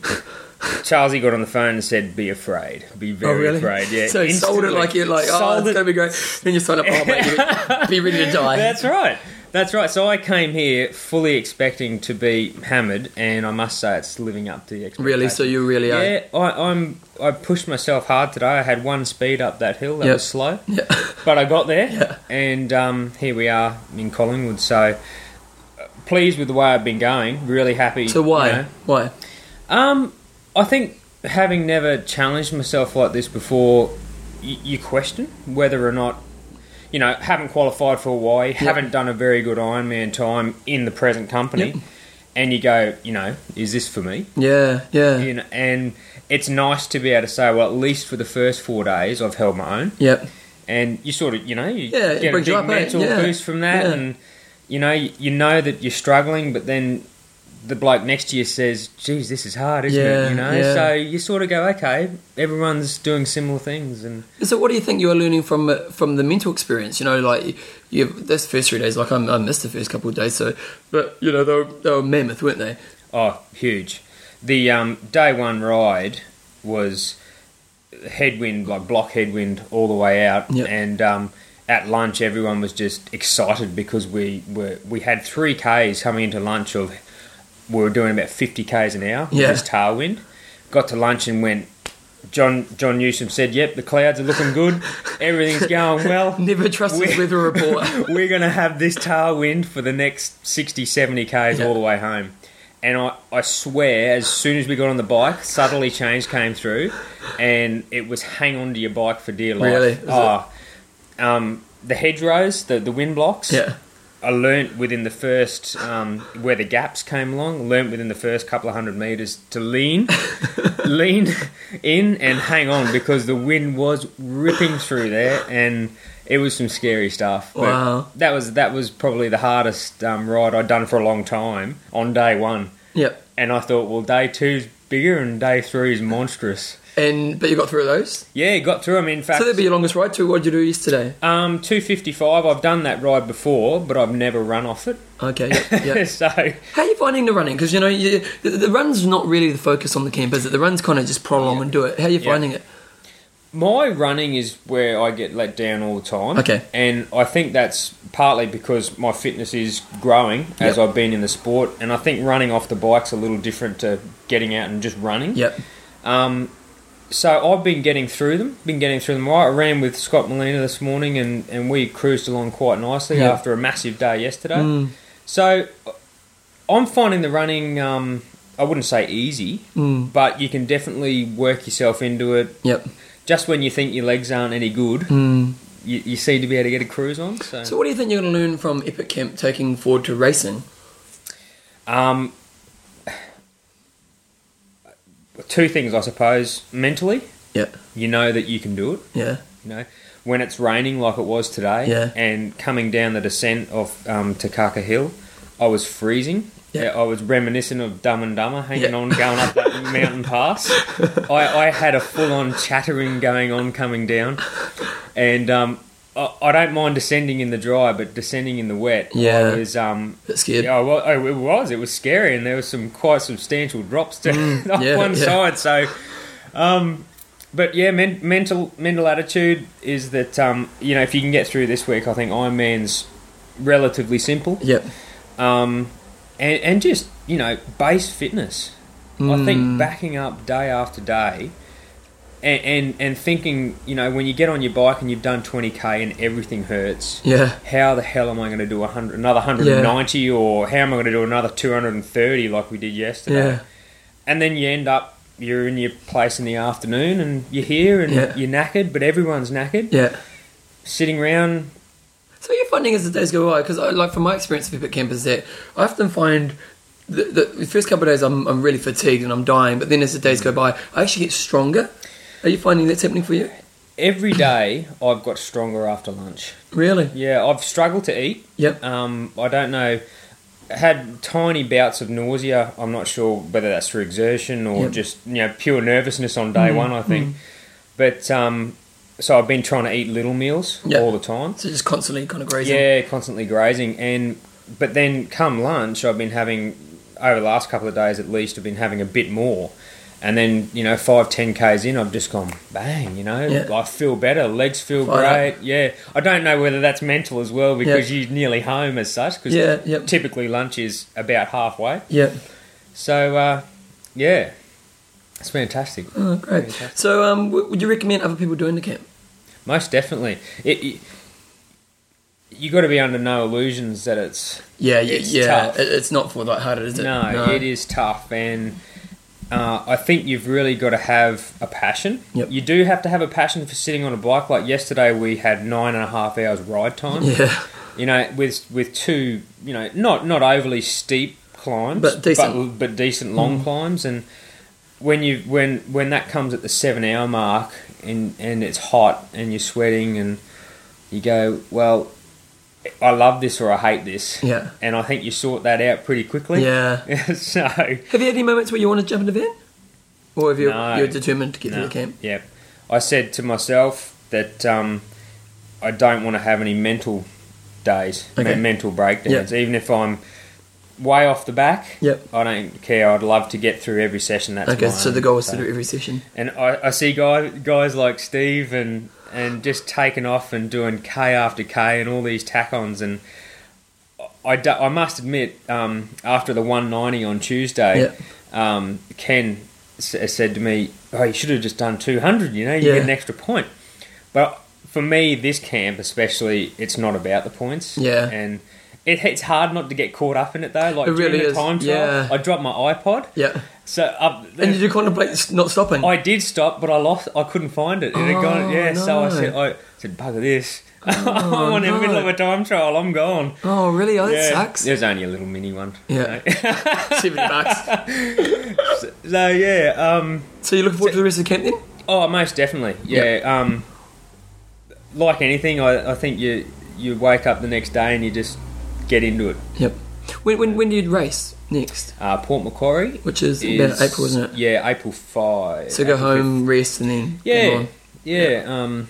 Speaker 3: Charlesy got on the phone and said, "Be afraid, be very afraid." Yeah,
Speaker 1: Oh, So he sold it
Speaker 3: instantly.
Speaker 1: like you're like, oh,
Speaker 3: Sold
Speaker 1: it's
Speaker 3: it.
Speaker 1: gonna be great. Then you sign up. Oh,
Speaker 3: <laughs>
Speaker 1: mate, you- be ready to die.
Speaker 3: That's right. That's right. So I came here fully expecting to be hammered, and I must say it's living up to the expectations.
Speaker 1: really. So you really are.
Speaker 3: yeah, I, I'm. I pushed myself hard today. I had one speed up that hill. That
Speaker 1: Yep.
Speaker 3: was slow,
Speaker 1: Yeah. <laughs>
Speaker 3: but I got there,
Speaker 1: Yeah.
Speaker 3: and um, here we are in Collingwood. So uh, pleased with the way I've been going. Really happy.
Speaker 1: So why?
Speaker 3: you know.
Speaker 1: Why?
Speaker 3: Um, I think having never challenged myself like this before, y- you question whether or not, you know, haven't qualified for Hawaii, haven't done a very good Ironman time in the present company,
Speaker 1: Yep.
Speaker 3: and you go, you know, is this for me?
Speaker 1: Yeah. Yeah.
Speaker 3: You know, and it's nice to be able to say, well, at least for the first four days, I've held my own,
Speaker 1: Yep.
Speaker 3: and you sort of, you know, you
Speaker 1: Yeah, it
Speaker 3: get a
Speaker 1: brings
Speaker 3: big
Speaker 1: you up, eh?
Speaker 3: mental
Speaker 1: Yeah.
Speaker 3: boost from that,
Speaker 1: Yeah.
Speaker 3: and you know, you, you know that you're struggling, but then the bloke next to you says, "Geez, this is hard, isn't
Speaker 1: Yeah,
Speaker 3: it?" You know,
Speaker 1: yeah.
Speaker 3: so you sort of go, "Okay, everyone's doing similar things," and
Speaker 1: So, what do you think you are learning from uh, from the mental experience? You know, like you this first three days, like I, I missed the first couple of days. So, but you know, they were, they were mammoth, weren't
Speaker 3: <laughs>
Speaker 1: they?
Speaker 3: oh, huge. The um, day one ride was headwind, like block headwind, all the way out,
Speaker 1: Yeah.
Speaker 3: and um, at lunch everyone was just excited because we were we had three k's coming into lunch of we were doing about fifty k's an hour with
Speaker 1: Yeah.
Speaker 3: this tailwind. Got to lunch and went. John John Newsom said, "Yep, the clouds are looking good. Everything's going well.
Speaker 1: <laughs> Never trust this
Speaker 3: We-
Speaker 1: weather report. <laughs>
Speaker 3: <laughs> we're going to have this tailwind for the next 60, 70 Ks all the way home. And I, I swear, as soon as we got on the bike, subtly change came through and it was hang on to your bike for dear life.
Speaker 1: Really? Is it-
Speaker 3: Oh, um, the hedgerows, the, the wind blocks,
Speaker 1: yeah,
Speaker 3: I learnt within the first, um, where the gaps came along, learnt within the first couple of hundred metres to lean,
Speaker 1: <laughs>
Speaker 3: lean in and hang on because the wind was ripping through there and it was some scary stuff. But
Speaker 1: Wow.
Speaker 3: That was, that was probably the hardest um, ride I'd done for a long time on day one.
Speaker 1: yep.
Speaker 3: And I thought, well, day two's bigger and day three is monstrous.
Speaker 1: And but you got through those.
Speaker 3: Yeah, got through 'em. In fact,
Speaker 1: So that'd be your longest ride. To what did you do yesterday?
Speaker 3: um, 255, I've done that ride before, but I've never run off it.
Speaker 1: Okay. Yep.
Speaker 3: <laughs>
Speaker 1: yep.
Speaker 3: so.
Speaker 1: How are you finding the running? Because you know you, the, the run's not really the focus on the camp, is it? The run's kind of just prod along and do it. How are you
Speaker 3: Yeah.
Speaker 1: finding it?
Speaker 3: My running is where I get let down all the time.
Speaker 1: Okay.
Speaker 3: And I think that's partly because my fitness is growing as
Speaker 1: Yep.
Speaker 3: I've been in the sport. And I think running off the bike's a little different to getting out and just running.
Speaker 1: Yep.
Speaker 3: Um, so I've been getting through them, been getting through them right. I ran with Scott Molina this morning and, and we cruised along quite nicely
Speaker 1: Yeah. Mm.
Speaker 3: after a massive day yesterday. So I'm finding the running, um, I wouldn't say easy,
Speaker 1: Mm.
Speaker 3: but you can definitely work yourself into it
Speaker 1: Yep.
Speaker 3: just when you think your legs aren't any good,
Speaker 1: Mm.
Speaker 3: you, you seem to be able to get a cruise on. So,
Speaker 1: So what do you think you're going to learn from Epic Camp taking forward to racing?
Speaker 3: um, two things, I suppose. Mentally,
Speaker 1: Yep.
Speaker 3: you know that you can do it.
Speaker 1: Yeah.
Speaker 3: You know, when it's raining like it was today,
Speaker 1: Yeah.
Speaker 3: and coming down the descent of um, Takaka Hill, I was freezing.
Speaker 1: Yeah.
Speaker 3: I was reminiscent of Dumb and Dumber hanging
Speaker 1: Yeah.
Speaker 3: on, going
Speaker 1: <laughs>
Speaker 3: up that mountain pass. I, I had a full on chattering going on coming down. And um, I, I don't mind descending in the dry, but descending in the wet,
Speaker 1: Yeah.
Speaker 3: I was. Um,
Speaker 1: bit scared.
Speaker 3: yeah, well, oh, it was. It was scary, and there was some quite substantial drops to <laughs> on
Speaker 1: Mm, yeah,
Speaker 3: one
Speaker 1: yeah.
Speaker 3: side. So, um, but yeah, men- mental mental attitude is that um, you know if you can get through this week, I think Ironman's relatively simple,
Speaker 1: Yep.
Speaker 3: um, and and just you know base fitness. I
Speaker 1: Mm.
Speaker 3: think backing up day after day. And, and and thinking, you know, when you get on your bike and you've done 20k and everything hurts,
Speaker 1: Yeah.
Speaker 3: how the hell am I going to do 100, another 190 or how am I going to do another 230 like we did yesterday?
Speaker 1: Yeah.
Speaker 3: And then you end up, you're in your place in the afternoon and you're here and
Speaker 1: Yeah.
Speaker 3: you're knackered, but everyone's knackered.
Speaker 1: Yeah.
Speaker 3: Sitting around,
Speaker 1: So you're finding as the days go by, because like from my experience with Epic Camp is that I often find the, the, the first couple of days I'm, I'm really fatigued and I'm dying, but then as the days go by, I actually get stronger. Are you finding that's happening for you?
Speaker 3: every day I've got stronger after lunch.
Speaker 1: Really?
Speaker 3: Yeah, I've struggled to eat.
Speaker 1: Yep.
Speaker 3: Um, I don't know. Had tiny bouts of nausea. I'm not sure whether that's through exertion or
Speaker 1: Yep. Mm-hmm.
Speaker 3: just you know pure nervousness on day one. I think, but um, so I've been trying to eat little meals
Speaker 1: Yep.
Speaker 3: all the time.
Speaker 1: So just constantly kind of grazing.
Speaker 3: Yeah, constantly grazing, and but then come lunch, I've been having over the last couple of days at least, I've been having a bit more, and then you know five ten k's in, I've just gone bang, you know,
Speaker 1: Yeah.
Speaker 3: I feel better, legs feel
Speaker 1: Fired
Speaker 3: great, yeah. I don't know whether that's mental as well because you're nearly home as such, because
Speaker 1: Yeah, yep.
Speaker 3: typically lunch is about halfway,
Speaker 1: Yep.
Speaker 3: so uh, yeah, it's fantastic.
Speaker 1: Oh, great. So, um, w- would you recommend other people doing the camp?
Speaker 3: Most definitely. It, it, you got to be under no illusions that it's
Speaker 1: Yeah, yeah,
Speaker 3: It's
Speaker 1: yeah.
Speaker 3: tough.
Speaker 1: It, it's not for lighthearted, is it?
Speaker 3: No, it is tough, and uh, I think you've really got to have a passion.
Speaker 1: Yep.
Speaker 3: You do have to have a passion for sitting on a bike. Like yesterday, we had nine and a half hours ride time.
Speaker 1: Yeah,
Speaker 3: You know, with with two, you know, not not overly steep climbs,
Speaker 1: But decent. Mm.
Speaker 3: but, but decent long climbs, and when you when when that comes at the seven hour mark, and and it's hot, and you're sweating, and you go, well, I love this or I hate this.
Speaker 1: yeah,
Speaker 3: And I think you sort that out pretty quickly.
Speaker 1: yeah.
Speaker 3: <laughs> so
Speaker 1: Have you had any moments where you want to jump in the van, or have you
Speaker 3: No.
Speaker 1: you're determined to get to
Speaker 3: no,
Speaker 1: the camp?
Speaker 3: yeah, I said to myself that um, I don't want to have any mental days,
Speaker 1: Okay.
Speaker 3: men- mental breakdowns. Even if I'm way off the back,
Speaker 1: Yep.
Speaker 3: I don't care. I'd love to get through every session. That's
Speaker 1: okay,
Speaker 3: my
Speaker 1: so
Speaker 3: aim,
Speaker 1: the goal is to do every session.
Speaker 3: And I, I see guys, guys like Steve and and just taking off and doing K after K and all these tack-ons and. I, do- I must admit, um, after the 190 on Tuesday,
Speaker 1: Yep.
Speaker 3: um, Ken s- said to me, "Oh, you should have just done 200. You know, you
Speaker 1: Yeah.
Speaker 3: get an extra point." But for me, this camp especially, it's not about the points.
Speaker 1: Yeah.
Speaker 3: and it, it's hard not to get caught up in it though. Like
Speaker 1: It
Speaker 3: during
Speaker 1: really
Speaker 3: the
Speaker 1: is,
Speaker 3: time trial,
Speaker 1: yeah.
Speaker 3: I dropped my iPod.
Speaker 1: Yeah,
Speaker 3: So up,
Speaker 1: and did you contemplate s- not stopping?
Speaker 3: I did stop, but I lost. I couldn't find it. It had
Speaker 1: Oh,
Speaker 3: gone. Yeah, so I
Speaker 1: no. Oh,
Speaker 3: said, I said, bugger this. <laughs> I'm in the middle
Speaker 1: no.
Speaker 3: of a time trial. I'm gone.
Speaker 1: oh, really? Oh, that
Speaker 3: Yeah.
Speaker 1: sucks.
Speaker 3: There's only a little mini one.
Speaker 1: Yeah. Seventy bucks.
Speaker 3: <laughs> So yeah, um,
Speaker 1: So you're looking forward to the rest of the camp then?
Speaker 3: oh, most definitely. Yeah. Um, like anything, I, I think you you wake up the next day and you just get into it.
Speaker 1: Yep. When when when do you race next?
Speaker 3: Uh, Port Macquarie
Speaker 1: Which is,
Speaker 3: is
Speaker 1: about April, isn't it?
Speaker 3: Yeah, April five.
Speaker 1: So go
Speaker 3: April
Speaker 1: home, rest, and then
Speaker 3: Yeah,
Speaker 1: move on.
Speaker 3: yeah. Um,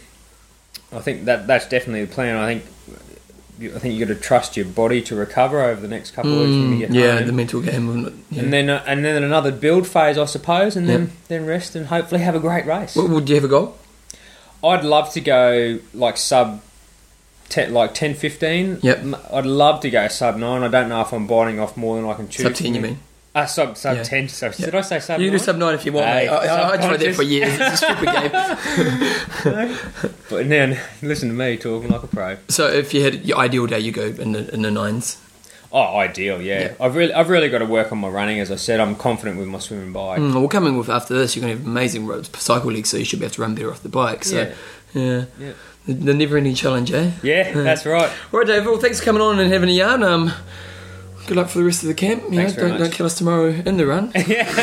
Speaker 3: I think that that's definitely the plan. I think you- I think you got to trust your body to recover over the next couple of weeks when you
Speaker 1: Mm,
Speaker 3: get
Speaker 1: yeah,
Speaker 3: home.
Speaker 1: the mental game. wouldn't it? Yeah.
Speaker 3: and then uh, and then another build phase, I suppose, and then then rest and hopefully have a great race.
Speaker 1: What, would you have a goal?
Speaker 3: I'd love to go like sub. 10, like 10 15
Speaker 1: Yep.
Speaker 3: M- i'd love to go sub 9 i don't know if i'm biting off more than i can chew
Speaker 1: Sub ten, you mean?
Speaker 3: uh, sub, sub
Speaker 1: Yeah.
Speaker 3: 10 so
Speaker 1: Yeah.
Speaker 3: did i say sub
Speaker 1: You can do
Speaker 3: 9?
Speaker 1: sub nine if you want.
Speaker 3: Hey,
Speaker 1: mate. I, I, I tried that
Speaker 3: subconscious.
Speaker 1: for years.
Speaker 3: <laughs>
Speaker 1: It's a stupid game.
Speaker 3: but then <laughs> listen to me talking like a pro
Speaker 1: So if you had your ideal day, you go in the in the nines.
Speaker 3: Oh, ideal, yeah.
Speaker 1: Yeah.
Speaker 3: I've really, I've really got to work on my running. As I said, I'm confident with my swimming bike.
Speaker 1: Mm, well, coming with after this, you're gonna have amazing roads cycle league, so you should be able to run better off the bike. So
Speaker 3: Yeah.
Speaker 1: yeah,
Speaker 3: Yeah.
Speaker 1: The, the never-ending challenge, eh?
Speaker 3: Yeah, that's right. <laughs>
Speaker 1: All right, Dave. Well, thanks for coming on and having a yarn. Um, good luck for the rest of the camp. You
Speaker 3: Thanks
Speaker 1: know,
Speaker 3: very
Speaker 1: don't,
Speaker 3: much.
Speaker 1: don't kill us tomorrow in the run.
Speaker 3: Thanks.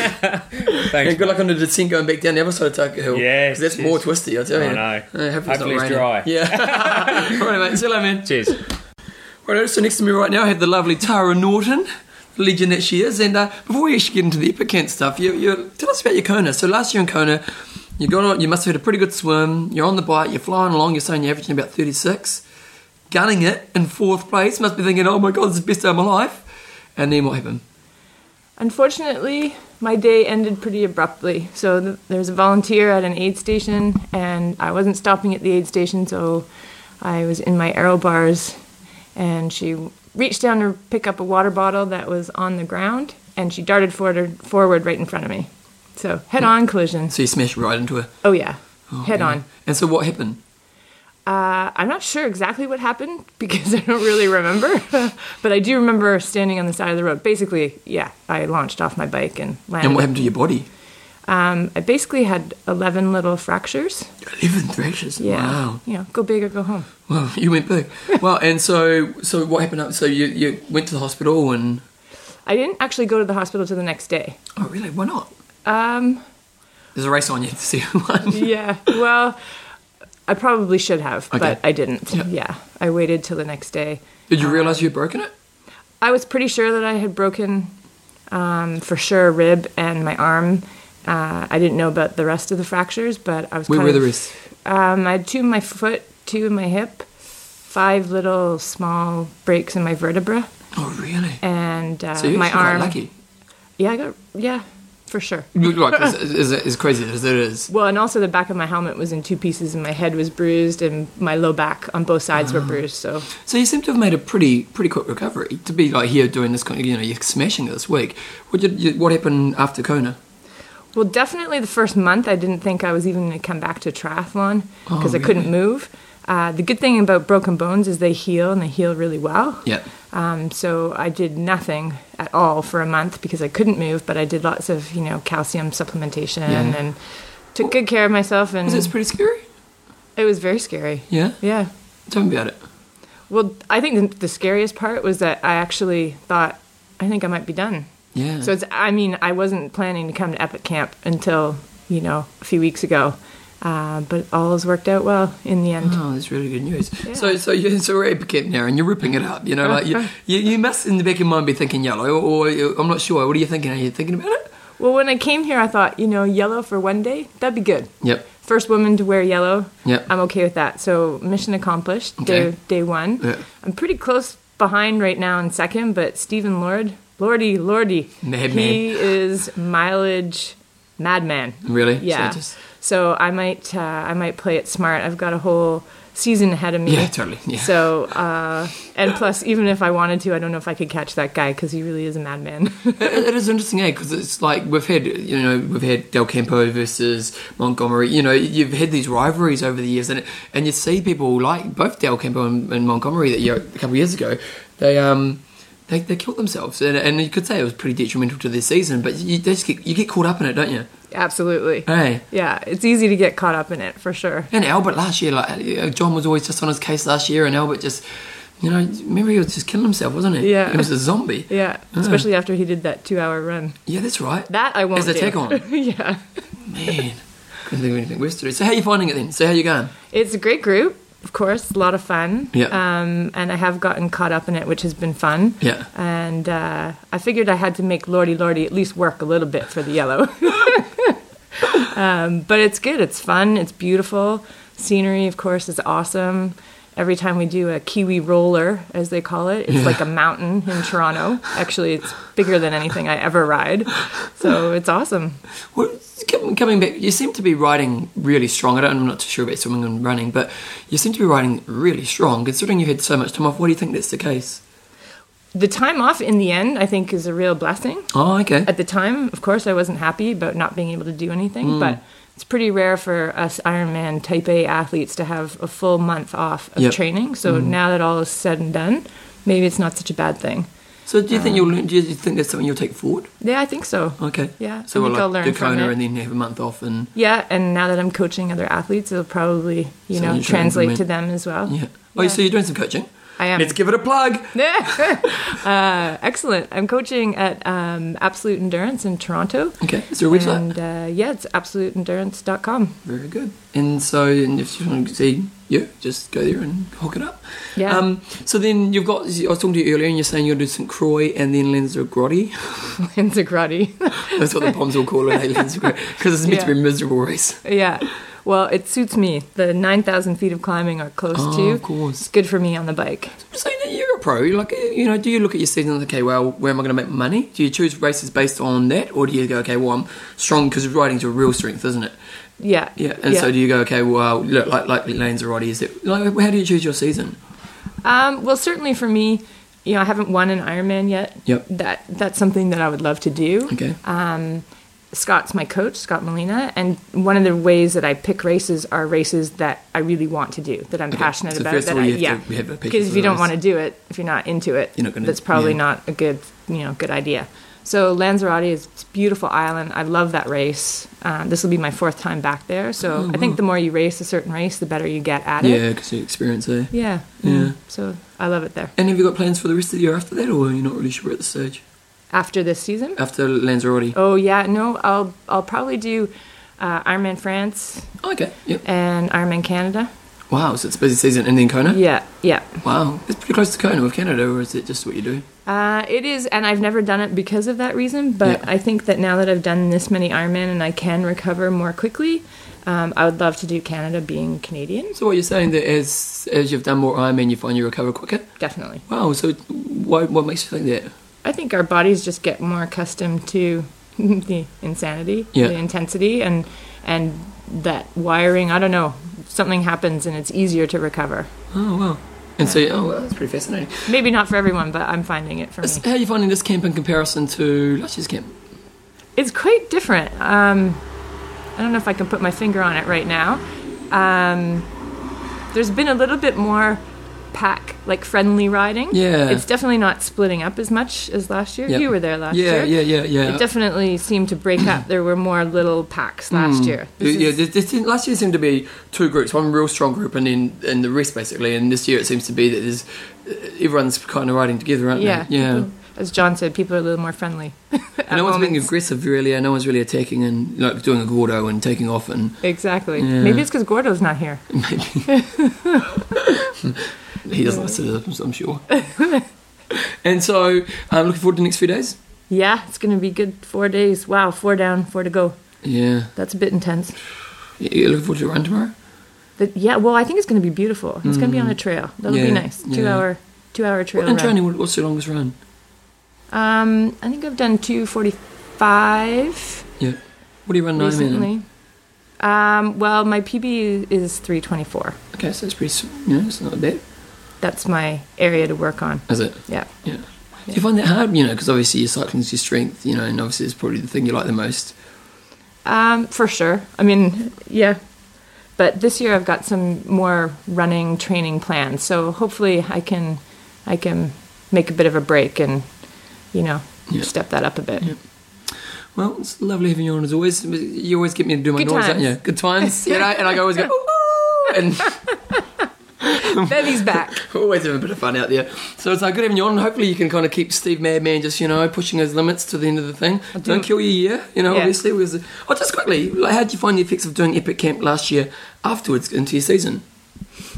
Speaker 1: and good luck on the descent going back down the other side of Tucker Hill.
Speaker 3: Yes,
Speaker 1: 'Cause that's
Speaker 3: yes.
Speaker 1: more twisty. I tell you.
Speaker 3: I know.
Speaker 1: Uh, hopefully, it's, not
Speaker 3: Hopefully it's
Speaker 1: raining.
Speaker 3: dry.
Speaker 1: Yeah. <laughs> All right, mate. See you later, man.
Speaker 3: Cheers.
Speaker 1: Right, so next to me right now, I have the lovely Tara Norton, the legend that she is. And uh, before we actually get into the epic Kent stuff, you, you tell us about your Kona. So last year in Kona, you got on, you must have had a pretty good swim. You're on the bike, you're flying along, you're saying you're averaging about 36, gunning it in fourth place. Must be thinking, oh my god, this is the best day of my life. And then what happened?
Speaker 4: Unfortunately, my day ended pretty abruptly. So th- there was a volunteer at an aid station, and I wasn't stopping at the aid station, so I was in my arrow bars, and she reached down to pick up a water bottle that was on the ground, and she darted forward, forward right in front of me. So head-on collision.
Speaker 1: So you smashed right into her.
Speaker 4: Oh yeah, head-on.
Speaker 1: And so what happened?
Speaker 4: Uh, I'm not sure exactly what happened <laughs> because I don't really remember, <laughs> but I do remember standing on the side of the road. Basically, yeah, I launched off my bike and landed.
Speaker 1: And what happened to your body?
Speaker 4: Um, I basically had 11 little fractures.
Speaker 1: 11 thrashes. Wow.
Speaker 4: You know, go big or go home.
Speaker 1: Wow, you went big. well, and so so what happened? So you, you went to the hospital and.
Speaker 4: I didn't actually go to the hospital till the next day.
Speaker 1: Oh, really? Why not?
Speaker 4: Um,
Speaker 1: There's a race on you to see one.
Speaker 4: yeah, <laughs> well, I probably should have,
Speaker 1: Okay.
Speaker 4: but I didn't.
Speaker 1: Yeah.
Speaker 4: Yeah. I waited till the next day.
Speaker 1: Did you realise you had broken it?
Speaker 4: I was pretty sure that I had broken, um, for sure, a rib and my arm. Uh, I didn't know about the rest of the fractures, but I was.
Speaker 1: Where
Speaker 4: kind
Speaker 1: were the
Speaker 4: of-
Speaker 1: rest?
Speaker 4: Um, I had two in my foot, two in my hip, five little small breaks in my vertebra,
Speaker 1: Oh, really?
Speaker 4: and uh,
Speaker 1: so you're
Speaker 4: my
Speaker 1: actually quite
Speaker 4: arm.
Speaker 1: lucky.
Speaker 4: Yeah, I got yeah, for sure.
Speaker 1: You're Right, as, as, as crazy as it is.
Speaker 4: Well, and also the back of my helmet was in two pieces, and my head was bruised, and my low back on both sides
Speaker 1: Uh-huh.
Speaker 4: were bruised. So
Speaker 1: So you seem to have made a pretty pretty quick recovery to be like here doing this kind of you know you're smashing it this week. What did you, what happened after Kona?
Speaker 4: Well, definitely the first month, I didn't think I was even going to come back to triathlon
Speaker 1: Oh,
Speaker 4: because I couldn't move. Uh, the good thing about broken bones is they heal and they heal really well.
Speaker 1: Yeah.
Speaker 4: Um, so I did nothing at all for a month because I couldn't move, but I did lots of you know calcium supplementation
Speaker 1: Yeah.
Speaker 4: and took good care of myself. And
Speaker 1: Is it's pretty scary?
Speaker 4: it was very scary.
Speaker 1: Yeah.
Speaker 4: Yeah.
Speaker 1: Tell me about it.
Speaker 4: Well, I think the, the scariest part was that I actually thought I think I might be done.
Speaker 1: Yeah.
Speaker 4: So it's, I mean, I wasn't planning to come to Epic Camp until, you know, a few weeks ago. Uh, but all has worked out well in the end.
Speaker 1: Oh, that's really good news. So, so you so we're at Camp now, and you're ripping it up. You know, like
Speaker 4: <laughs>
Speaker 1: you, you, you must in the back of your mind be thinking yellow, or, or I'm not sure. What are you thinking? Are you thinking about it?
Speaker 4: Well, when I came here, I thought, you know, yellow for one day, that'd be good.
Speaker 1: Yep.
Speaker 4: First woman to wear yellow.
Speaker 1: Yep.
Speaker 4: I'm okay with that. So mission accomplished, day,
Speaker 1: Okay.
Speaker 4: day one.
Speaker 1: Yeah.
Speaker 4: I'm pretty close behind right now in second, but Stephen Lord, Lordy, Lordy,
Speaker 1: Madman.
Speaker 4: he is mileage madman.
Speaker 1: Really? So
Speaker 4: Yeah. So,
Speaker 1: just-
Speaker 4: I might uh, I might play it smart. I've got a whole season ahead of me.
Speaker 1: Yeah, totally, yeah.
Speaker 4: So uh, and plus, even if I wanted to, I don't know if I could catch that guy because he really is a madman. <laughs>
Speaker 1: It- it is interesting, eh? Because it's like we've had, you know, we've had Del Campo versus Montgomery. You know, you've had these rivalries over the years, and and you see people like both Del Campo and, and Montgomery that you a couple of years ago, they um. They, they killed themselves, and, and you could say it was pretty detrimental to their season. But you they just get you get caught up in it, don't you?
Speaker 4: Absolutely.
Speaker 1: Hey,
Speaker 4: Yeah, it's easy to get caught up in it for sure.
Speaker 1: And Albert last year, like uh, John was always just on his case last year, and Albert just, you know, remember he was just killing himself, wasn't he?
Speaker 4: Yeah.
Speaker 1: he was a zombie. Yeah,
Speaker 4: Yeah, especially after he did that two-hour run.
Speaker 1: that's right.
Speaker 4: That I won't
Speaker 1: As a
Speaker 4: do.
Speaker 1: tag on.
Speaker 4: <laughs> yeah,
Speaker 1: Man, couldn't think of anything worse to do. So how you finding it then? So how you going?
Speaker 4: it's a great group, of course, a lot of fun.
Speaker 1: Yeah.
Speaker 4: Um, and I have gotten caught up in it, which has been fun.
Speaker 1: Yeah.
Speaker 4: And uh, I figured I had to make Lordy Lordy at least work a little bit for the yellow. <laughs> um, but it's good. It's fun. It's beautiful. Scenery, of course, is awesome. Every time we do a Kiwi roller, as they call it, it's like a mountain in Toronto. Actually, it's bigger than anything I ever ride. So it's awesome.
Speaker 1: Well, com- coming back, you seem to be riding really strong. I don't, I'm not too sure about swimming and running, but you seem to be riding really strong. Considering you had so much time off, why do you think that's the case?
Speaker 4: The time off in the end, I think, is a real blessing.
Speaker 1: Oh, okay.
Speaker 4: at the time, of course, I wasn't happy about not being able to do anything,
Speaker 1: Mm.
Speaker 4: but it's pretty rare for us Ironman type A athletes to have a full month off of
Speaker 1: Yep. Mm-hmm.
Speaker 4: training. So now that all is said and done, maybe it's not such a bad thing.
Speaker 1: So do you think you'll learn? Do you think that's something you'll take forward?
Speaker 4: Yeah, I think so.
Speaker 1: Okay.
Speaker 4: Yeah,
Speaker 1: So
Speaker 4: I think
Speaker 1: we'll like,
Speaker 4: I'll learn
Speaker 1: do
Speaker 4: from
Speaker 1: Kona
Speaker 4: it.
Speaker 1: and then have a month off and
Speaker 4: Yeah, and now that I'm coaching other athletes, it'll probably, you
Speaker 1: So
Speaker 4: know,
Speaker 1: you're trying to
Speaker 4: translate to
Speaker 1: implement-
Speaker 4: them as well.
Speaker 1: yeah. Oh, so you're doing some coaching.
Speaker 4: I am.
Speaker 1: Let's give it a plug.
Speaker 4: <laughs> Uh, excellent. I'm coaching at um, Absolute Endurance in Toronto.
Speaker 1: Okay, is there a website?
Speaker 4: And uh, yeah, it's <laughs> absoluteendurance.com.
Speaker 1: Very good. And so, and if you want to see, yeah, just go there and hook it up.
Speaker 4: Yeah.
Speaker 1: Um, so then you've got, I was talking to you earlier, and you're saying you'll do St. Croix and then Lanzarote.
Speaker 4: Lindsay Grotti.
Speaker 1: <laughs> That's what the Poms will call it, eh, Lanzarote. Because it's meant to
Speaker 4: Yeah.
Speaker 1: be a miserable race.
Speaker 4: Yeah. Well, it suits me. The 9,000 feet of climbing are close
Speaker 1: Oh,
Speaker 4: to.
Speaker 1: of course.
Speaker 4: It's good for me on the bike.
Speaker 1: So you know, you're a pro. Like, eh, you know, do you look at your season and, okay, well, where am I going to make money? Do you choose races based on that? Or do you go, okay, well, I'm strong because riding's a real strength, isn't it?
Speaker 4: Yeah.
Speaker 1: Yeah. And so do you go, okay, well, look, like, like Lanzarote, is it? Like, how do you choose your season?
Speaker 4: Um, well, certainly for me, you know, I haven't won an Ironman yet.
Speaker 1: Yep.
Speaker 4: That That's something that I would love to do.
Speaker 1: Okay.
Speaker 4: Um, Scott's my coach, Scott Molina, and one of the ways that I pick races are races that I really want to do, that I'm passionate
Speaker 1: so
Speaker 4: about.
Speaker 1: first of
Speaker 4: that
Speaker 1: all,
Speaker 4: I,
Speaker 1: you have
Speaker 4: yeah,
Speaker 1: to have a passion
Speaker 4: because
Speaker 1: for
Speaker 4: if
Speaker 1: the
Speaker 4: you don't
Speaker 1: race.
Speaker 4: want to do it, if you're not into it,
Speaker 1: You're not gonna-
Speaker 4: that's probably
Speaker 1: yeah.
Speaker 4: not a good, you know, good idea. So Lanzarote is it's a beautiful island. I love that race. Uh, this will be my fourth time back there, so
Speaker 1: Oh,
Speaker 4: I think the more you race a certain race, the better you get at
Speaker 1: Yeah,
Speaker 4: it.
Speaker 1: because you experience eh? it.
Speaker 4: Yeah, Mm.
Speaker 1: Yeah.
Speaker 4: So I love it there.
Speaker 1: And have you got plans for the rest of the year after that, or are you not really sure at this stage?
Speaker 4: After this season,
Speaker 1: After Lanzarote?
Speaker 4: oh yeah, no, I'll I'll probably do uh, Ironman France
Speaker 1: okay, yep.
Speaker 4: and Ironman Canada.
Speaker 1: Wow, so it's busy season and then Kona?
Speaker 4: Yeah, yeah.
Speaker 1: Wow, it's pretty close to Kona with Canada, or is it just what you do?
Speaker 4: Uh, it is, and I've never done it because of that reason. But
Speaker 1: Yeah.
Speaker 4: I think that now that I've done this many Ironman and I can recover more quickly, um, I would love to do Canada being Canadian.
Speaker 1: So what you're saying that as as you've done more Ironman, you find you recover quicker?
Speaker 4: Definitely.
Speaker 1: Wow, so why, what makes you think that?
Speaker 4: I think our bodies just get more accustomed to <laughs> the insanity,
Speaker 1: Yeah.
Speaker 4: the intensity, and and that wiring. I don't know. Something happens and it's easier to recover.
Speaker 1: Oh wow, and so oh wow, that's pretty fascinating.
Speaker 4: Maybe not for everyone, but I'm finding it for me.
Speaker 1: It's- How are you finding this camp in comparison to last year's camp?
Speaker 4: it's quite different. Um, I don't know if I can put my finger on it right now. Um, there's been a little bit more pack, like friendly riding.
Speaker 1: Yeah.
Speaker 4: It's definitely not splitting up as much as last year.
Speaker 1: Yeah.
Speaker 4: You were there last
Speaker 1: yeah,
Speaker 4: year.
Speaker 1: yeah, yeah, yeah,
Speaker 4: It definitely seemed to break up. There were more little packs last year. This
Speaker 1: Hmm. yeah,
Speaker 4: is-
Speaker 1: there- there seem- last year seemed to be two groups, one real strong group, and then and the rest basically. And this year it seems to be that there's uh, everyone's kind of riding together, aren't
Speaker 4: yeah.
Speaker 1: they? Yeah.
Speaker 4: people- As John said, people are a little more friendly. <laughs> at
Speaker 1: And no one's being
Speaker 4: moments.
Speaker 1: aggressive really, and no one's really attacking and like doing a Gordo and taking off and
Speaker 4: Exactly.
Speaker 1: Yeah.
Speaker 4: Maybe it's because Gordo's not here.
Speaker 1: he doesn't listen to this, I'm
Speaker 4: <laughs>
Speaker 1: sure. and so I'm looking forward to the next few days.
Speaker 4: Yeah, it's going to be good four days. Wow, four down, four to go.
Speaker 1: Yeah.
Speaker 4: That's a bit intense.
Speaker 1: You- You're looking forward to a run tomorrow?
Speaker 4: But yeah, well, I think it's going to be beautiful. It's going to be on a trail. That'll
Speaker 1: Mm. Yeah,
Speaker 4: be nice. Two
Speaker 1: yeah.
Speaker 4: hour, two hour trail
Speaker 1: And
Speaker 4: run.
Speaker 1: training, what- what's your longest run?
Speaker 4: Um, I think I've done two forty five
Speaker 1: Yeah. What do you run nine in?
Speaker 4: recently. Um, well, my PB is three twenty four.
Speaker 1: Okay, so it's pretty, s- you know, it's not bad,
Speaker 4: That's my area to work on.
Speaker 1: is it?
Speaker 4: Yeah,
Speaker 1: Yeah. Do you find that hard, you know, because obviously your cycling's your strength, you know, and obviously it's probably the thing you like the most.
Speaker 4: um, for sure. I mean, yeah. But this year I've got some more running training plans, so hopefully I can, I can make a bit of a break and, you know,
Speaker 1: Yeah.
Speaker 4: step that up a bit.
Speaker 1: Well, it's lovely having you on as always. You always get me to do my
Speaker 4: Good
Speaker 1: noise, don't
Speaker 4: times.
Speaker 1: you? Good times.
Speaker 4: <laughs>
Speaker 1: You know, and I always go, "Ooh, ooh," and <laughs>
Speaker 4: Benny's back.
Speaker 1: always have a bit of fun out there. So it's like good having you on. Hopefully you can kind of keep Steve Madman just, you know, pushing his limits to the end of the thing. Do not kill your year, you know,
Speaker 4: Yeah.
Speaker 1: obviously. Because, oh, just quickly, like, how did you find the effects of doing Epic Camp last year afterwards into your season?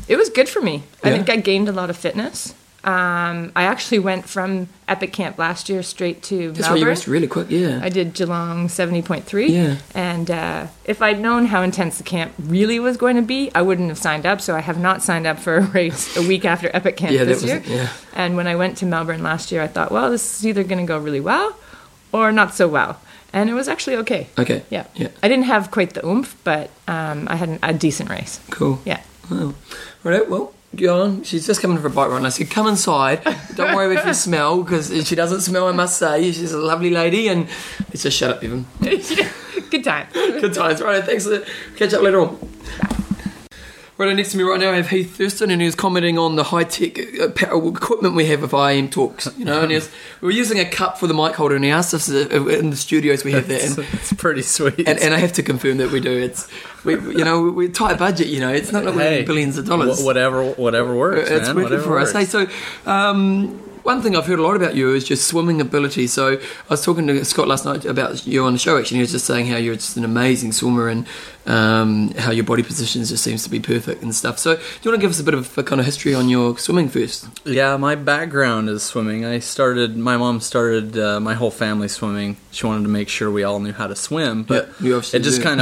Speaker 4: It was good for me. I
Speaker 1: Yeah?
Speaker 4: think I gained a lot of fitness. Um, I actually went from Epic Camp last year straight to
Speaker 1: That's where you
Speaker 4: Melbourne.
Speaker 1: rest really quick, yeah.
Speaker 4: I did Geelong 70.3.
Speaker 1: Yeah.
Speaker 4: And uh, if I'd known how intense the camp really was going to be, I wouldn't have signed up. So I have not signed up for a race a week after Epic Camp
Speaker 1: Yeah, that
Speaker 4: this
Speaker 1: was-
Speaker 4: year.
Speaker 1: yeah.
Speaker 4: And when I went to Melbourne last year, I thought, well, this is either going to go really well or not so well. And it was actually okay.
Speaker 1: Okay.
Speaker 4: Yeah.
Speaker 1: Yeah.
Speaker 4: I didn't have quite the oomph, but um, I had an, a decent race.
Speaker 1: Cool.
Speaker 4: Yeah. <laughs>
Speaker 1: Wow. Oh. Right, well, John, she's just coming for a bike ride. And I said, come inside. Don't worry
Speaker 5: <laughs>
Speaker 1: about if you smell, because she doesn't smell, I must say. She's a lovely lady. And let's just shut up, Evan.
Speaker 4: Good time.
Speaker 1: <laughs> Good times. Right, thanks. Catch up later on. Right, next to me right now, I have Heath Thurston, and he was commenting on the high tech uh, equipment we have with IM Talks. You know, and he
Speaker 5: <laughs>
Speaker 1: was, we were using a cup for the mic holder, and he asked us if, if uh, in the studios we have that. And,
Speaker 2: it's pretty sweet.
Speaker 1: and, and I have to confirm that we do. It's, we, you know, we're tight budget, you know, it's not like we're
Speaker 5: Hey,
Speaker 1: earning billions of dollars.
Speaker 5: wh- whatever, whatever works.
Speaker 1: It's
Speaker 5: man,
Speaker 1: working
Speaker 5: whatever
Speaker 1: for us. Hey,
Speaker 5: works.
Speaker 1: so um, one thing I've heard a lot about you is just swimming ability. So I was talking to Scott last night about you on the show. Actually, he was just saying how you're just an amazing swimmer and um, how your body positions just seems to be perfect and stuff. So do you want to give us a bit of a kind of history on your swimming first?
Speaker 5: Yeah, my background is swimming. I started. My mom started uh, my whole family swimming. She wanted to make sure we all knew how to swim, but
Speaker 1: Yeah, you obviously
Speaker 5: it just
Speaker 1: do.
Speaker 5: kind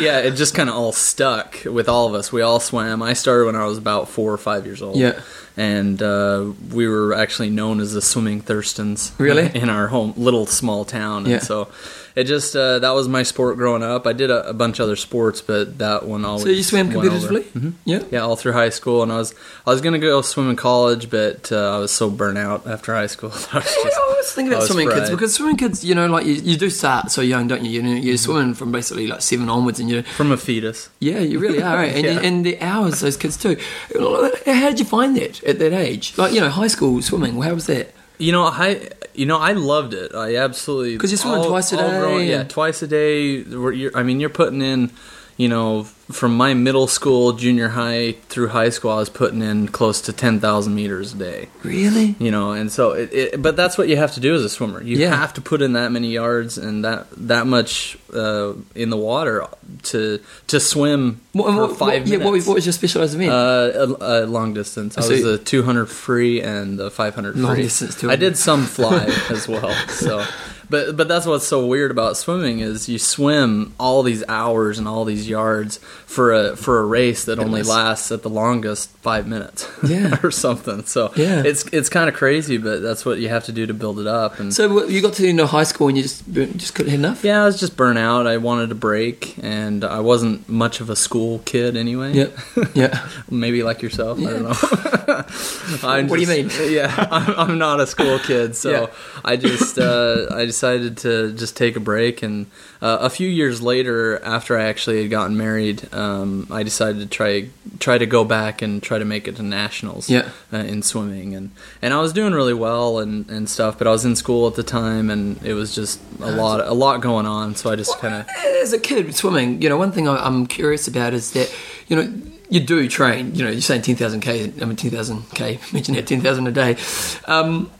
Speaker 1: <laughs>
Speaker 5: yeah, it just kind of all stuck with all of us. We all swam. I started when I was about four or five years old.
Speaker 1: Yeah.
Speaker 5: and uh, we were actually known as the swimming Thurstons.
Speaker 1: Really?
Speaker 5: in our home little small town.
Speaker 1: Yeah.
Speaker 5: And so it just uh, that was my sport growing up. I did a, a bunch of other sports, but that one always.
Speaker 1: So you swam
Speaker 5: won over.
Speaker 1: competitively? Mm-hmm. Yeah.
Speaker 5: Yeah, all through high school, and I was I was gonna go swim in college, but uh, I was so burnt out after high school. <laughs> that I was
Speaker 1: Yeah, <laughs>
Speaker 5: just-
Speaker 1: I always think
Speaker 5: I
Speaker 1: about
Speaker 5: was
Speaker 1: swimming kids
Speaker 5: fried.
Speaker 1: because swimming kids, you know, like you, you do start so young, don't you? You know, you're swimming from basically like seven onwards, and you're
Speaker 5: from a fetus.
Speaker 1: Yeah, you really are, right? And,
Speaker 5: <laughs> Yeah.
Speaker 1: and the hours those kids too. How did you find that at that age? Like, you know, high school swimming. How was that?
Speaker 5: You know, I you know I loved it. I absolutely
Speaker 1: 'Cause you're swimming
Speaker 5: all-
Speaker 1: twice a
Speaker 5: all
Speaker 1: day
Speaker 5: growing- yeah,
Speaker 1: and-
Speaker 5: twice a day. Where you're, I mean, you're putting in. you know, from my middle school, junior high through high school, I was putting in close to 10,000 meters a day.
Speaker 1: Really?
Speaker 5: You know, and so it, it but that's what you have to do as a swimmer. You
Speaker 1: Yeah.
Speaker 5: have to put in that many yards and that that much uh, in the water to to swim
Speaker 1: What,
Speaker 5: for
Speaker 1: what, what-
Speaker 5: five
Speaker 1: yeah,
Speaker 5: minutes.
Speaker 1: what, was- what was your specialised event?
Speaker 5: Uh, a, a long distance. I
Speaker 1: So
Speaker 5: was
Speaker 1: you-
Speaker 5: the 200 free and the 500 free.
Speaker 1: Long distance, 200.
Speaker 5: I did
Speaker 1: <laughs>
Speaker 5: some fly as well. So, but but that's what's so weird about swimming is you swim all these hours and all these yards for a for a race that only
Speaker 1: Goodness.
Speaker 5: lasts at the longest five minutes, <laughs>
Speaker 1: Yeah.
Speaker 5: or something. So
Speaker 1: Yeah.
Speaker 5: it's it's kind of crazy, but that's what you have to do to build it up. And
Speaker 1: so what, you got to you know, high school and you just burnt- just couldn't hit enough.
Speaker 5: yeah, I was just burnt out. I wanted a break, and I wasn't much of a school kid anyway.
Speaker 1: Yep. Yeah.
Speaker 5: Maybe like yourself. I don't know.
Speaker 1: <laughs>
Speaker 5: I'm
Speaker 1: What do you
Speaker 5: mean? <laughs> Yeah, I'm, I'm not a school kid, so
Speaker 1: Yeah.
Speaker 5: I just uh, I decided to just take a break. And uh, a few years later, after I actually had gotten married, um, I decided to try try to go back and try to make it to nationals.
Speaker 1: Yeah.
Speaker 5: uh, in swimming, and and I was doing really well and, and stuff, but I was in school at the time, and it was just a lot a lot going on. So I just kind of
Speaker 1: As a kid swimming, you know, one thing I, I'm curious about is that you know you do train. You know, you're saying ten thousand k. I mean, ten thousand k. <laughs> Mention that ten thousand a day. Um,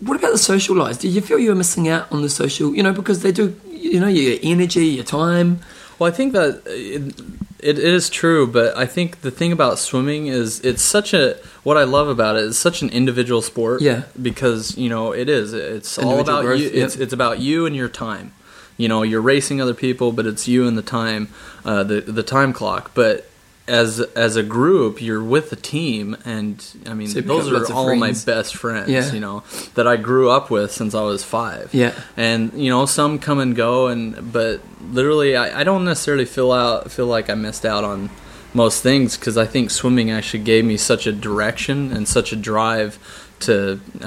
Speaker 1: what about the social lives? Do you feel you are missing out on the social? You know, because they do. You know, your energy, your time.
Speaker 5: Well, I think that uh, it, it is true, but I think the thing about swimming is it's such a what I love about it is such an individual sport.
Speaker 1: Yeah.
Speaker 5: because you know it is. It's all
Speaker 1: Individual
Speaker 5: about
Speaker 1: growth,
Speaker 5: you.
Speaker 1: yep.
Speaker 5: It's it's about you and your time. You know, you're racing other people, but it's you and the time, uh, the the time clock. But as as a group, you're with a team, and I mean,
Speaker 1: So you
Speaker 5: those
Speaker 1: become lots
Speaker 5: are
Speaker 1: of
Speaker 5: all my
Speaker 1: friends.
Speaker 5: best friends.
Speaker 1: Yeah.
Speaker 5: You know, that I grew up with since I was five
Speaker 1: Yeah.
Speaker 5: and you know some come and go and but literally i, I don't necessarily feel out feel like i missed out on most things because i think swimming actually gave me such a direction and such a drive to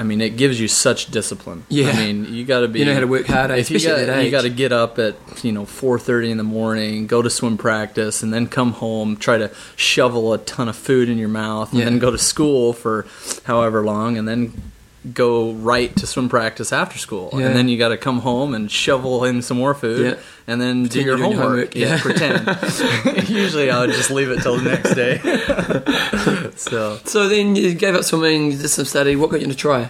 Speaker 5: i mean it gives you such discipline
Speaker 1: Yeah.
Speaker 5: i mean you got to be
Speaker 1: You know how to work hard, eh?
Speaker 5: if you
Speaker 1: Especially
Speaker 5: got,
Speaker 1: at that
Speaker 5: you got to
Speaker 1: age.
Speaker 5: get up at you know 4.30 in the morning go to swim practice and then come home try to shovel a ton of food in your mouth and
Speaker 1: Yeah.
Speaker 5: then go to school for however long and then go right to swim practice after school
Speaker 1: Yeah.
Speaker 5: and then you got to come home and shovel in some more food
Speaker 1: Yeah.
Speaker 5: and then
Speaker 1: Pretend
Speaker 5: do your
Speaker 1: you're doing
Speaker 5: homework.
Speaker 1: homework, yeah. <laughs>
Speaker 5: pretend. Usually I would just leave it till the next day. so
Speaker 1: So then you gave up swimming, you did some study. What got you into try?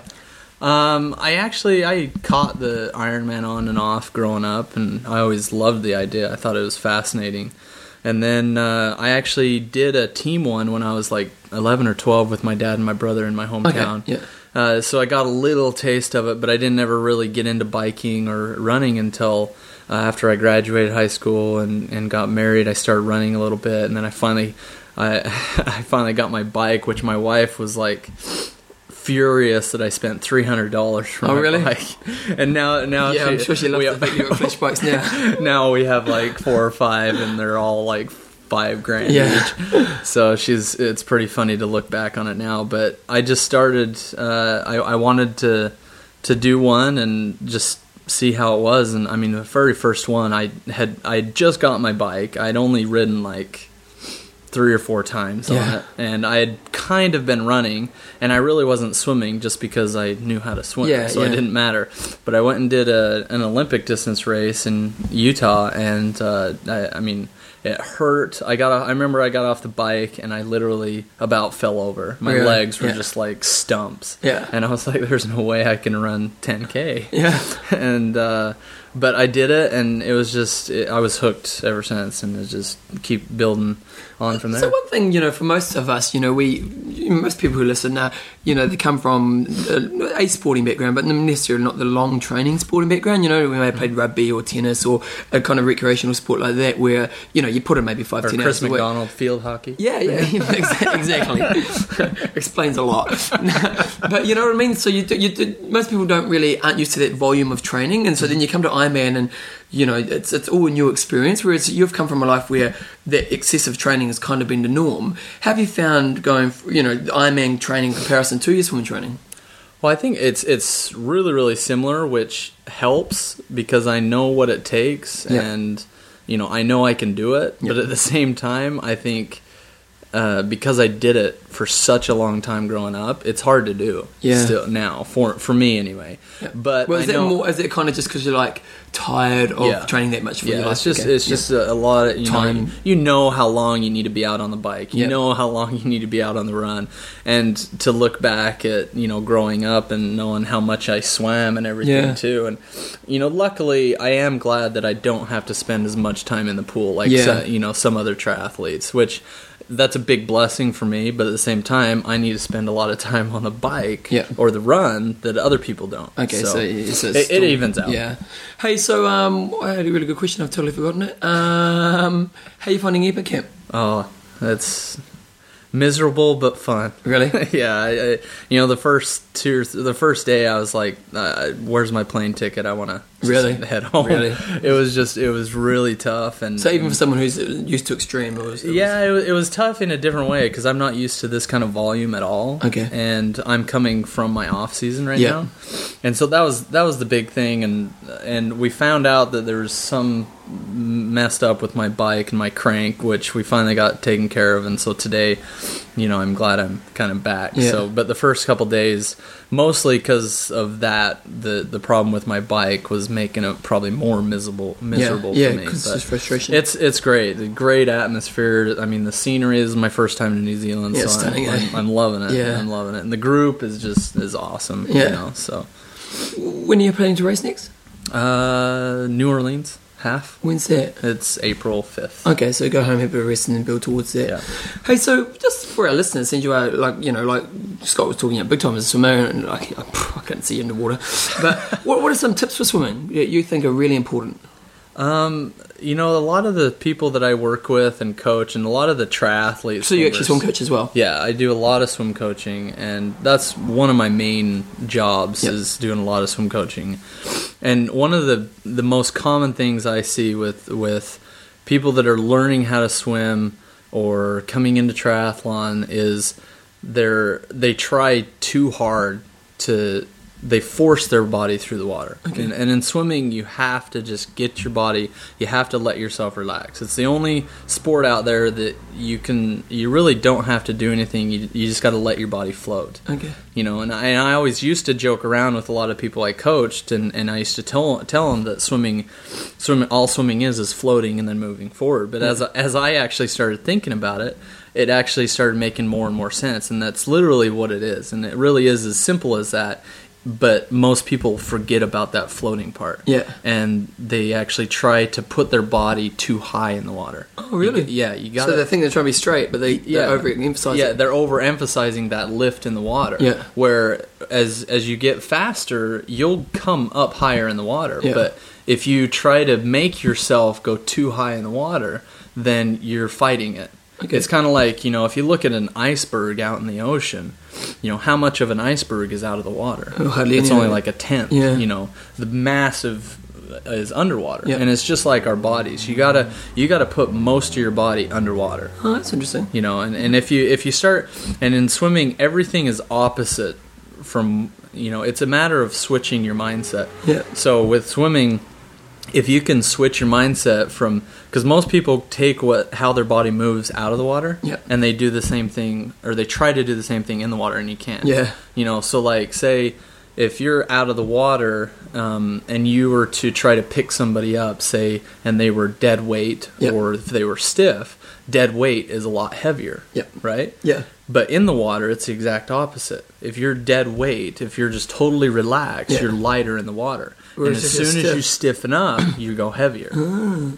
Speaker 5: um, I actually I caught the Iron Man on and off growing up, and I always loved the idea. I thought it was fascinating. And then uh, I actually did a team one when I was like 11 or 12 with my dad and my brother in my hometown.
Speaker 1: yeah.
Speaker 5: Uh, so I got a little taste of it, but I didn't ever really get into biking or running until uh, after I graduated high school and, and got married. I started running a little bit, and then I finally, I, <laughs> I finally got my bike, which my wife was like furious that I spent three hundred dollars for
Speaker 1: Oh,
Speaker 5: my
Speaker 1: really?
Speaker 5: bike. <laughs> And now, now
Speaker 1: yeah, I'm sure she loves
Speaker 5: we-
Speaker 1: the video of <laughs> flash bikes now.
Speaker 5: now we have like four or five, and they're all like five grand
Speaker 1: Yeah.
Speaker 5: each. So she's it's pretty funny to look back on it now. But I just started. Uh, I, I wanted to to do one and just see how it was. And I mean, the very first one, I had I had just got my bike. I'd only ridden like three or four times on
Speaker 1: Yeah.
Speaker 5: it and i had kind of been running and i really wasn't swimming just because i knew how to swim
Speaker 1: Yeah,
Speaker 5: so i
Speaker 1: yeah.
Speaker 5: didn't matter. But I went and did a, an Olympic distance race in Utah, and uh, I, I mean, it hurt. I got. Off, I remember I got off the bike, and I literally about fell over. My
Speaker 1: Really?
Speaker 5: legs were
Speaker 1: Yeah.
Speaker 5: just like stumps.
Speaker 1: Yeah.
Speaker 5: and I was like, "There's no way I can run 10k."
Speaker 1: Yeah.
Speaker 5: <laughs> and uh, but I did it, and it was just it, I was hooked ever since, and it just keep building on from there.
Speaker 1: So one thing, you know, for most of us, you know, we most people who listen, uh, you know, they come from uh, a, a sporting background, but necessarily not the long training sporting background. You know, we may have played rugby or tennis or a kind of recreational sport like that, where you know you put in maybe five,
Speaker 5: or
Speaker 1: ten
Speaker 5: Chris
Speaker 1: hours a week.
Speaker 5: McDonald field hockey.
Speaker 1: Yeah, yeah, exa- <laughs> exactly. Explains a lot, <laughs> but you know what I mean. So you, do, you do, most people don't really aren't used to that volume of training, and so then you come to Ironman, and you know it's it's all a new experience. Whereas you've come from a life where that excessive training has kind of been the norm. Have you found going, f- you know, the Ironman training comparison to your swimming training?
Speaker 5: Well, I think it's it's really really similar, which helps because I know what it takes,
Speaker 1: Yeah.
Speaker 5: and you know I know I can do it.
Speaker 1: Yeah.
Speaker 5: But at the same time, I think uh, because I did it for such a long time growing up, it's hard to do.
Speaker 1: Yeah.
Speaker 5: Still now for for me anyway. But
Speaker 1: well,
Speaker 5: I
Speaker 1: is it
Speaker 5: know-
Speaker 1: more? Is it kind of just because you're like tired of
Speaker 5: Yeah.
Speaker 1: training that much? For
Speaker 5: yeah,
Speaker 1: your life?
Speaker 5: it's just
Speaker 1: Okay.
Speaker 5: it's just a, a lot of you Know,
Speaker 1: Time.
Speaker 5: you know how long you need to be out on the bike. You
Speaker 1: Yep.
Speaker 5: know how long <laughs> you need to be out on the run, and to look back at you know growing up and knowing how much I swam and everything
Speaker 1: Yeah.
Speaker 5: too. And you know, luckily, I am glad that I don't have to spend as much time in the pool like
Speaker 1: Yeah.
Speaker 5: so- you know some other triathletes, which. That's a big blessing for me, but at the same time, I need to spend a lot of time on the bike
Speaker 1: Yeah.
Speaker 5: or the run that other people don't.
Speaker 1: Okay, so, it's- it's
Speaker 5: it, it
Speaker 1: still-
Speaker 5: evens out.
Speaker 1: Yeah. Hey, so um, I had a really good question. I've totally forgotten it. Um, how are you finding Epic Camp?
Speaker 5: Oh, that's miserable but fun. <laughs>
Speaker 1: <laughs> Really?
Speaker 5: yeah, I, I, you know the first two, or th- the first day, I was like, uh, "Where's my plane ticket? I want to
Speaker 1: Really?
Speaker 5: <laughs> head home."
Speaker 1: Really?
Speaker 5: it was just, it was really tough, and
Speaker 1: So even for
Speaker 5: and-
Speaker 1: someone who's used to extreme, it was, it was-
Speaker 5: yeah, it was, it was tough in a different way because I'm not used to this kind of volume at all.
Speaker 1: Okay.
Speaker 5: and I'm coming from my off season right
Speaker 1: Yeah.
Speaker 5: now, and so that was that was the big thing, and and we found out that there was some messed up with my bike and my crank, which we finally got taken care of, and so today, you know, I'm glad I'm kind of back.
Speaker 1: Yeah.
Speaker 5: So, but the first couple days, mostly because of that, the the problem with my bike was making it probably more miserable miserable
Speaker 1: yeah,
Speaker 5: for me.
Speaker 1: 'cause it's
Speaker 5: but-
Speaker 1: just frustration.
Speaker 5: It's it's great. The great atmosphere. I mean, the scenery this is my first time to New Zealand,
Speaker 1: Yeah,
Speaker 5: so
Speaker 1: it's stunning,
Speaker 5: I'm,
Speaker 1: eh?
Speaker 5: I'm, I'm loving it.
Speaker 1: Yeah.
Speaker 5: I'm loving it, and the group is just is awesome.
Speaker 1: Yeah.
Speaker 5: you know, so
Speaker 1: When are you planning to race next?
Speaker 5: uh, New Orleans half.
Speaker 1: When's that?
Speaker 5: It's April fifth.
Speaker 1: Okay, so go home, have a bit of rest, and then build towards that.
Speaker 5: Yeah.
Speaker 1: Hey, so just for our listeners, since you are like you know, like Scott was talking about, big time as a swimmer, and like <laughs> I, I can't see you in the water. <laughs> But what, what are some tips for swimming that you think are really important?
Speaker 5: Um, you know, a lot of the people that I work with and coach, and a lot of the triathletes.
Speaker 1: So you actually swim
Speaker 5: swimmers-
Speaker 1: coach as well.
Speaker 5: Yeah, I do a lot of swim coaching, and that's one of my main jobs
Speaker 1: Yep.
Speaker 5: is doing a lot of swim coaching. And one of the the most common things I see with with people that are learning how to swim or coming into triathlon is they're they try too hard to they force their body through the water. And, and in swimming, you have to just get your body. You have to let yourself relax. It's the only sport out there that you can. You really don't have to do anything. You, you just got to let your body float
Speaker 1: Okay.
Speaker 5: you know and I, and I always used to joke around with a lot of people I coached and, and I used to tell tell them that swimming swimming all swimming is is floating and then moving forward but as as I actually started thinking about it it actually started making more and more sense and that's literally what it is and it really is as simple as that but most people forget about that floating part
Speaker 1: Yeah.
Speaker 5: and they actually try to put their body too high in the water oh
Speaker 1: really?
Speaker 5: yeah you got
Speaker 1: so they think they're trying to be straight, but they yeah, they're overemphasizing.
Speaker 5: yeah, they're overemphasizing that lift in the water.
Speaker 1: Yeah.
Speaker 5: Where as as you get faster, you'll come up higher in the water.
Speaker 1: Yeah.
Speaker 5: But if you try to make yourself go too high in the water, then you're fighting it.
Speaker 1: Okay.
Speaker 5: It's kind of like you know if you look at an iceberg out in the ocean, you know how much of an iceberg is out of the water.
Speaker 1: Oh, hardly
Speaker 5: it's
Speaker 1: any
Speaker 5: only
Speaker 1: of it.
Speaker 5: like a tenth.
Speaker 1: Yeah.
Speaker 5: You know the massive uh, is underwater,
Speaker 1: Yeah.
Speaker 5: and it's just like our bodies. You gotta you gotta put most of your body underwater
Speaker 1: Oh, that's interesting.
Speaker 5: you know and, and if you if you start and in swimming everything is opposite from you know it's a matter of switching your mindset
Speaker 1: Yeah.
Speaker 5: so with swimming if you can switch your mindset from because most people take what how their body moves out of the water
Speaker 1: Yeah.
Speaker 5: and they do the same thing or they try to do the same thing in the water and you can't
Speaker 1: Yeah.
Speaker 5: you know so like say if you're out of the water um, and you were to try to pick somebody up say and they were dead weight
Speaker 1: Yep.
Speaker 5: or if they were stiff dead weight is a lot heavier
Speaker 1: Yep.
Speaker 5: right
Speaker 1: Yeah.
Speaker 5: but in the water it's the exact opposite if you're dead weight if you're just totally relaxed
Speaker 1: Yeah.
Speaker 5: you're lighter in the water
Speaker 1: Whereas
Speaker 5: and
Speaker 1: if
Speaker 5: as
Speaker 1: you're Ah.
Speaker 5: soon as you stiffen up you go
Speaker 1: <gasps>
Speaker 5: heavier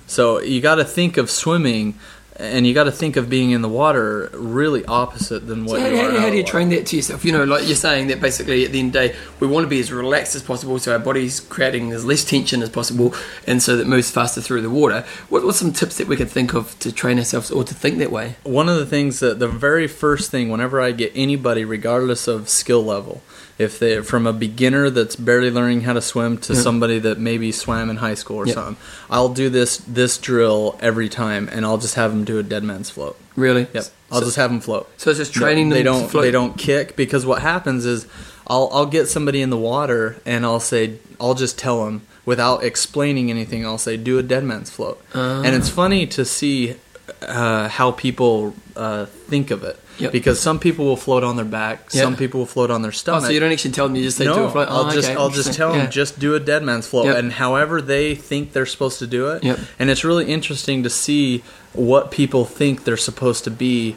Speaker 5: so you got to think of swimming and you got to think of being in the water really opposite than what
Speaker 1: How,
Speaker 5: you are
Speaker 1: how,
Speaker 5: out
Speaker 1: how
Speaker 5: of
Speaker 1: do
Speaker 5: the
Speaker 1: you
Speaker 5: water.
Speaker 1: train that to yourself? You know, like you're saying that basically at the end of the day, we want to be as relaxed as possible so our body's creating as less tension as possible and so that it moves faster through the water. What, what's some tips that we could think of to train ourselves or to think that way?
Speaker 5: one of the things that the very first thing whenever I get anybody, regardless of skill level, if they from a beginner that's barely learning how to swim to somebody that maybe swam in high school or
Speaker 1: Yeah.
Speaker 5: something, I'll do this this drill every time, and I'll just have them do a dead man's float.
Speaker 1: Really?
Speaker 5: Yep, I'll
Speaker 1: So-
Speaker 5: just have them float.
Speaker 1: So it's just training
Speaker 5: No,
Speaker 1: them
Speaker 5: They
Speaker 1: to
Speaker 5: don't.
Speaker 1: float.
Speaker 5: They don't kick because what happens is, I'll I'll get somebody in the water and I'll say I'll just tell
Speaker 1: Ah.
Speaker 5: them without explaining anything. I'll say do a dead man's float, and it's funny to see uh, how people uh, think of it.
Speaker 1: Yep.
Speaker 5: Because some people will float on their back,
Speaker 1: Yeah.
Speaker 5: some people will float on their
Speaker 1: Oh,
Speaker 5: stomach.
Speaker 1: so you don't actually tell them, you just say do
Speaker 5: no,
Speaker 1: a float?
Speaker 5: I'll
Speaker 1: Oh,
Speaker 5: just
Speaker 1: okay,
Speaker 5: I'll just
Speaker 1: interesting.
Speaker 5: tell them
Speaker 1: Yeah.
Speaker 5: just do a dead man's float,
Speaker 1: Yep.
Speaker 5: and however they think they're supposed to do it.
Speaker 1: Yep.
Speaker 5: And it's really interesting to see what people think they're supposed to be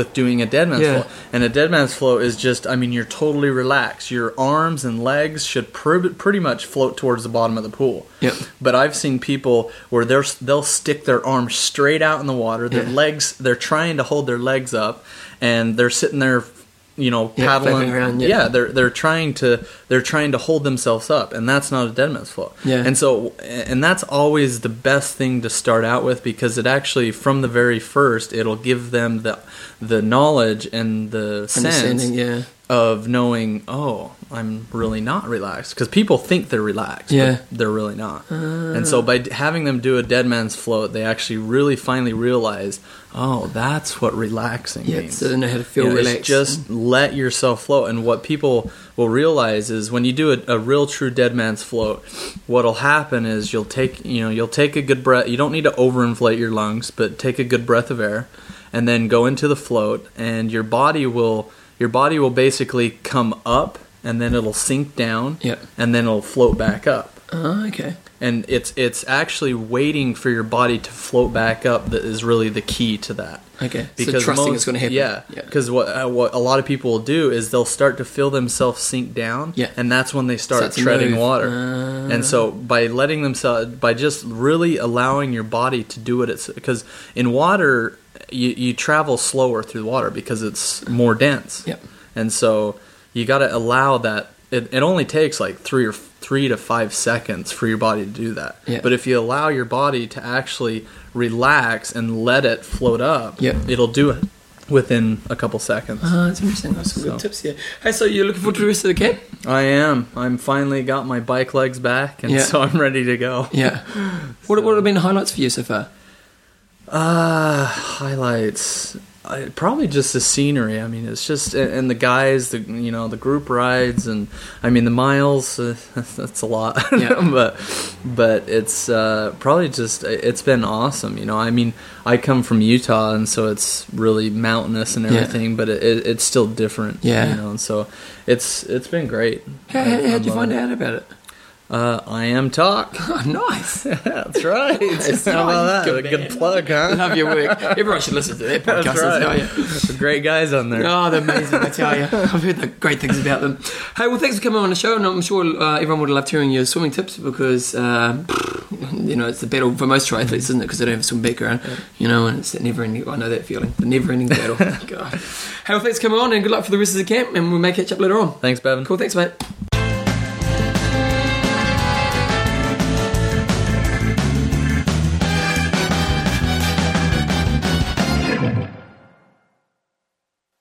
Speaker 5: with doing a dead man's
Speaker 1: Yeah.
Speaker 5: float. And a dead man's float is just I mean you're totally relaxed. Your arms and legs should pr- pretty much float towards the bottom of the pool.
Speaker 1: Yep.
Speaker 5: But I've seen people where they're they'll stick their arms straight out in the water. Their
Speaker 1: Yeah.
Speaker 5: legs they're trying to hold their legs up, and they're sitting there, you know,
Speaker 1: Yeah,
Speaker 5: paddling
Speaker 1: flapping around, yeah.
Speaker 5: yeah, Uh, they're they're trying to they're trying to hold themselves up, and that's not a dead man's flow.
Speaker 1: Yeah.
Speaker 5: And so, and that's always the best thing to start out with because it actually, from the very first, it'll give them the the knowledge and the sense
Speaker 1: Understanding, yeah.
Speaker 5: of knowing. Oh, I'm really not relaxed because people think they're relaxed.
Speaker 1: Yeah. Ah.
Speaker 5: But they're really not. and so, by d- having them do a dead man's float, they actually really finally realize. Oh, that's what relaxing
Speaker 1: Yeah,
Speaker 5: means.
Speaker 1: so they know how to feel
Speaker 5: You know, it's
Speaker 1: relaxed.
Speaker 5: just let yourself float. And what people will realize is when you do a, a real true dead man's float, what'll happen is you'll take you know you'll take a good breath. You don't need to overinflate your lungs, but take a good breath of air, and then go into the float. And your body will your body will basically come up, and then it'll sink down,
Speaker 1: Yep.
Speaker 5: and then it'll float back up
Speaker 1: Oh, okay.
Speaker 5: and it's it's actually waiting for your body to float back up that is really the key to that.
Speaker 1: Okay. So trusting it's gonna happen.
Speaker 5: Yeah,
Speaker 1: Yeah.
Speaker 5: because what uh, what a lot of people will do is they'll start to feel themselves sink down.
Speaker 1: Yeah.
Speaker 5: and that's when they start
Speaker 1: Start to
Speaker 5: treading
Speaker 1: move.
Speaker 5: water.
Speaker 1: Ah.
Speaker 5: And so by letting themselves by just really allowing your body to do what it's because in water you you travel slower through water because it's more dense.
Speaker 1: Yep.
Speaker 5: And so you got to allow that. It, it only takes like three or three to five seconds for your body to do that.
Speaker 1: Yeah.
Speaker 5: But if you allow your body to actually relax and let it float up,
Speaker 1: Yeah.
Speaker 5: it'll do it within a couple seconds.
Speaker 1: Oh, that's interesting. That's some
Speaker 5: So.
Speaker 1: good tips here. Hey, so you're looking forward to the rest of the camp?
Speaker 5: I am. I'm finally got my bike legs back, and
Speaker 1: Yeah.
Speaker 5: so I'm ready to go.
Speaker 1: <laughs> Yeah. What, what have been the highlights for you so far?
Speaker 5: Uh, highlights. I, probably just the scenery. I mean, it's just and, and the guys, the you know, the group rides, and I mean the miles. Uh, <laughs> that's a lot,
Speaker 1: Yeah.
Speaker 5: <laughs> but but it's uh, probably just it's been awesome. You know, I mean, I come from Utah, and so it's really mountainous and
Speaker 1: Yeah.
Speaker 5: everything, but it, it, it's still different.
Speaker 1: Yeah.
Speaker 5: you know, and so it's it's been great.
Speaker 1: How,
Speaker 5: I-
Speaker 1: how,
Speaker 5: I
Speaker 1: how'd you
Speaker 5: love
Speaker 1: find
Speaker 5: it.
Speaker 1: out about it? <laughs>
Speaker 5: Uh, I am talk. <laughs>
Speaker 1: Oh, <laughs> nice.
Speaker 5: that's right. How about that?
Speaker 1: Good
Speaker 5: a good plug, huh?
Speaker 1: <laughs> Love your work. Everyone should listen to that podcast.
Speaker 5: That's
Speaker 1: I tell
Speaker 5: right.
Speaker 1: you.
Speaker 5: Great guys on there.
Speaker 1: Oh, they're amazing, I tell you. I've heard the great things about them. Hey, well, thanks for coming on the show, and I'm sure uh, everyone would have loved hearing your swimming tips because, uh, you know, it's the battle for most triathletes, isn't it? Because they don't have a swim background, you know, and it's that never ending, I know that feeling, the never ending
Speaker 5: <laughs>
Speaker 1: battle. God. Hey, well, thanks for coming on, and good luck for the rest of the camp, and we may catch up later on.
Speaker 5: Thanks, Bevan.
Speaker 1: Cool, thanks, mate.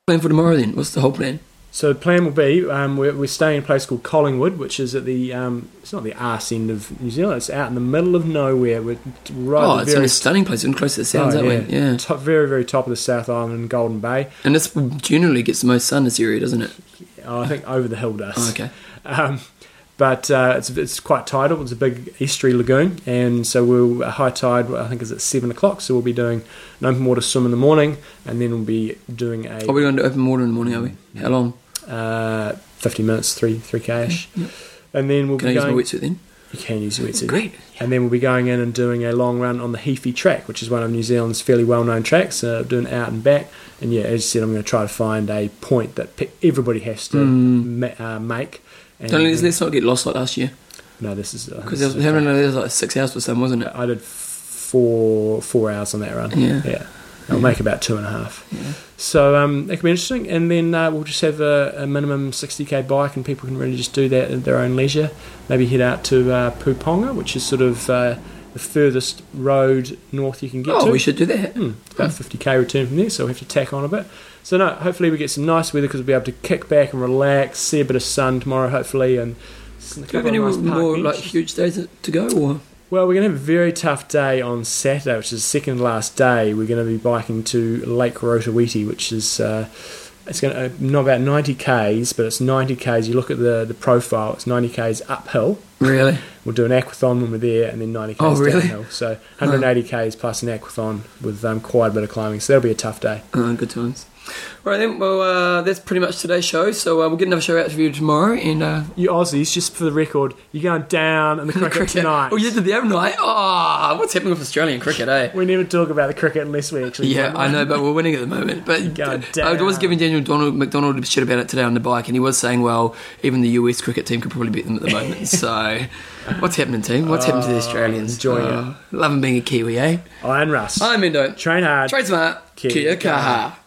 Speaker 1: Plan for tomorrow then? What's the whole plan?
Speaker 2: So the plan will be um, we're, we're staying in a place called Collingwood, which is at the um, it's not the arse end of New Zealand. It's out in the middle of nowhere. We're right
Speaker 1: Oh,
Speaker 2: at
Speaker 1: it's
Speaker 2: the
Speaker 1: in
Speaker 2: very
Speaker 1: a stunning place, even close to the sounds,
Speaker 2: oh,
Speaker 1: aren't we? Yeah.
Speaker 2: top, very very top of the South Island, in Golden Bay.
Speaker 1: And this generally gets the most sun in this area, doesn't it?
Speaker 2: Oh, I think over the hill does.
Speaker 1: Oh, okay.
Speaker 2: Um, but uh, it's, it's quite tidal. It's a big estuary lagoon, and so we'll high tide. I think is at seven o'clock. So we'll be doing an open water swim in the morning, and then we'll be doing a
Speaker 1: Are we Oh, going to open water in the morning, are we? How long?
Speaker 2: uh, fifty minutes, three three ksh, and then we'll
Speaker 1: Can I
Speaker 2: be
Speaker 1: use my
Speaker 2: going.
Speaker 1: wetsuit then?
Speaker 2: You can use your wetsuit.
Speaker 1: Great.
Speaker 2: And then we'll be going in and doing a long run on the Heafy track, which is one of New Zealand's fairly well known tracks, uh, doing out and back. And yeah, as you said, I'm going to try to find a point that pe- everybody has to ma- uh, make. And
Speaker 1: Hmm. Don't let's, let's not get lost like last year.
Speaker 2: No, this is.
Speaker 1: Because there was, how many- there was like six hours for some, wasn't it?
Speaker 2: I did four four hours on that run.
Speaker 1: Yeah.
Speaker 2: yeah. I'll make about two and a half. So um, that can be interesting. And then uh, we'll just have a, a minimum 60k bike, and people can really just do that at their own leisure. Maybe head out to uh, Puponga, which is sort of uh, the furthest road north you can get
Speaker 1: Oh,
Speaker 2: to.
Speaker 1: we should do that.
Speaker 2: Hmm, it's about 50k return from there, so we have to tack on a bit. So no, hopefully we get some nice weather because we'll be able to kick back and relax, see a bit of sun tomorrow, hopefully, and.
Speaker 1: Do
Speaker 2: Do
Speaker 1: you have any more like huge days to go, or
Speaker 2: well, we're going to have a very tough day on Saturday, which is the second last day. We're going to be biking to Lake Rotowiti, which is uh, It's going to uh, not about 90 k's, but it's 90 k's. You look at the the profile; it's 90 k's uphill.
Speaker 1: Really?
Speaker 2: We'll do an aquathon when we're there, and then 90 k's
Speaker 1: Oh, really?
Speaker 2: downhill. So 180 k's plus an aquathon with um, quite a bit of climbing. So that'll be a tough day.
Speaker 1: Oh, good times. Right then, well, uh, that's pretty much today's show. So uh, we'll get another show out for you tomorrow. And uh,
Speaker 2: You Aussies, just for the record, you're going down in <laughs> the cricket, tonight.
Speaker 1: Oh, you did the other night. Ah, what's happening with Australian cricket, eh?
Speaker 2: We never talk about the cricket unless we actually.
Speaker 1: Yeah,
Speaker 2: win.
Speaker 1: I know, but we're winning at the moment. <laughs> But
Speaker 2: God
Speaker 1: I was
Speaker 2: damn.
Speaker 1: giving Daniel Donald, McDonald a shit about it today on the bike, and he was saying, well, even the US cricket team could probably beat them at the <laughs> moment. so, what's happening, team? What's happened to the Australians?
Speaker 2: enjoying
Speaker 1: Oh, Loving being a Kiwi, eh?
Speaker 2: Iron Rust.
Speaker 1: I'm Mendo.
Speaker 2: Train hard.
Speaker 1: Trade smart.
Speaker 2: Kia
Speaker 1: Kia kaha.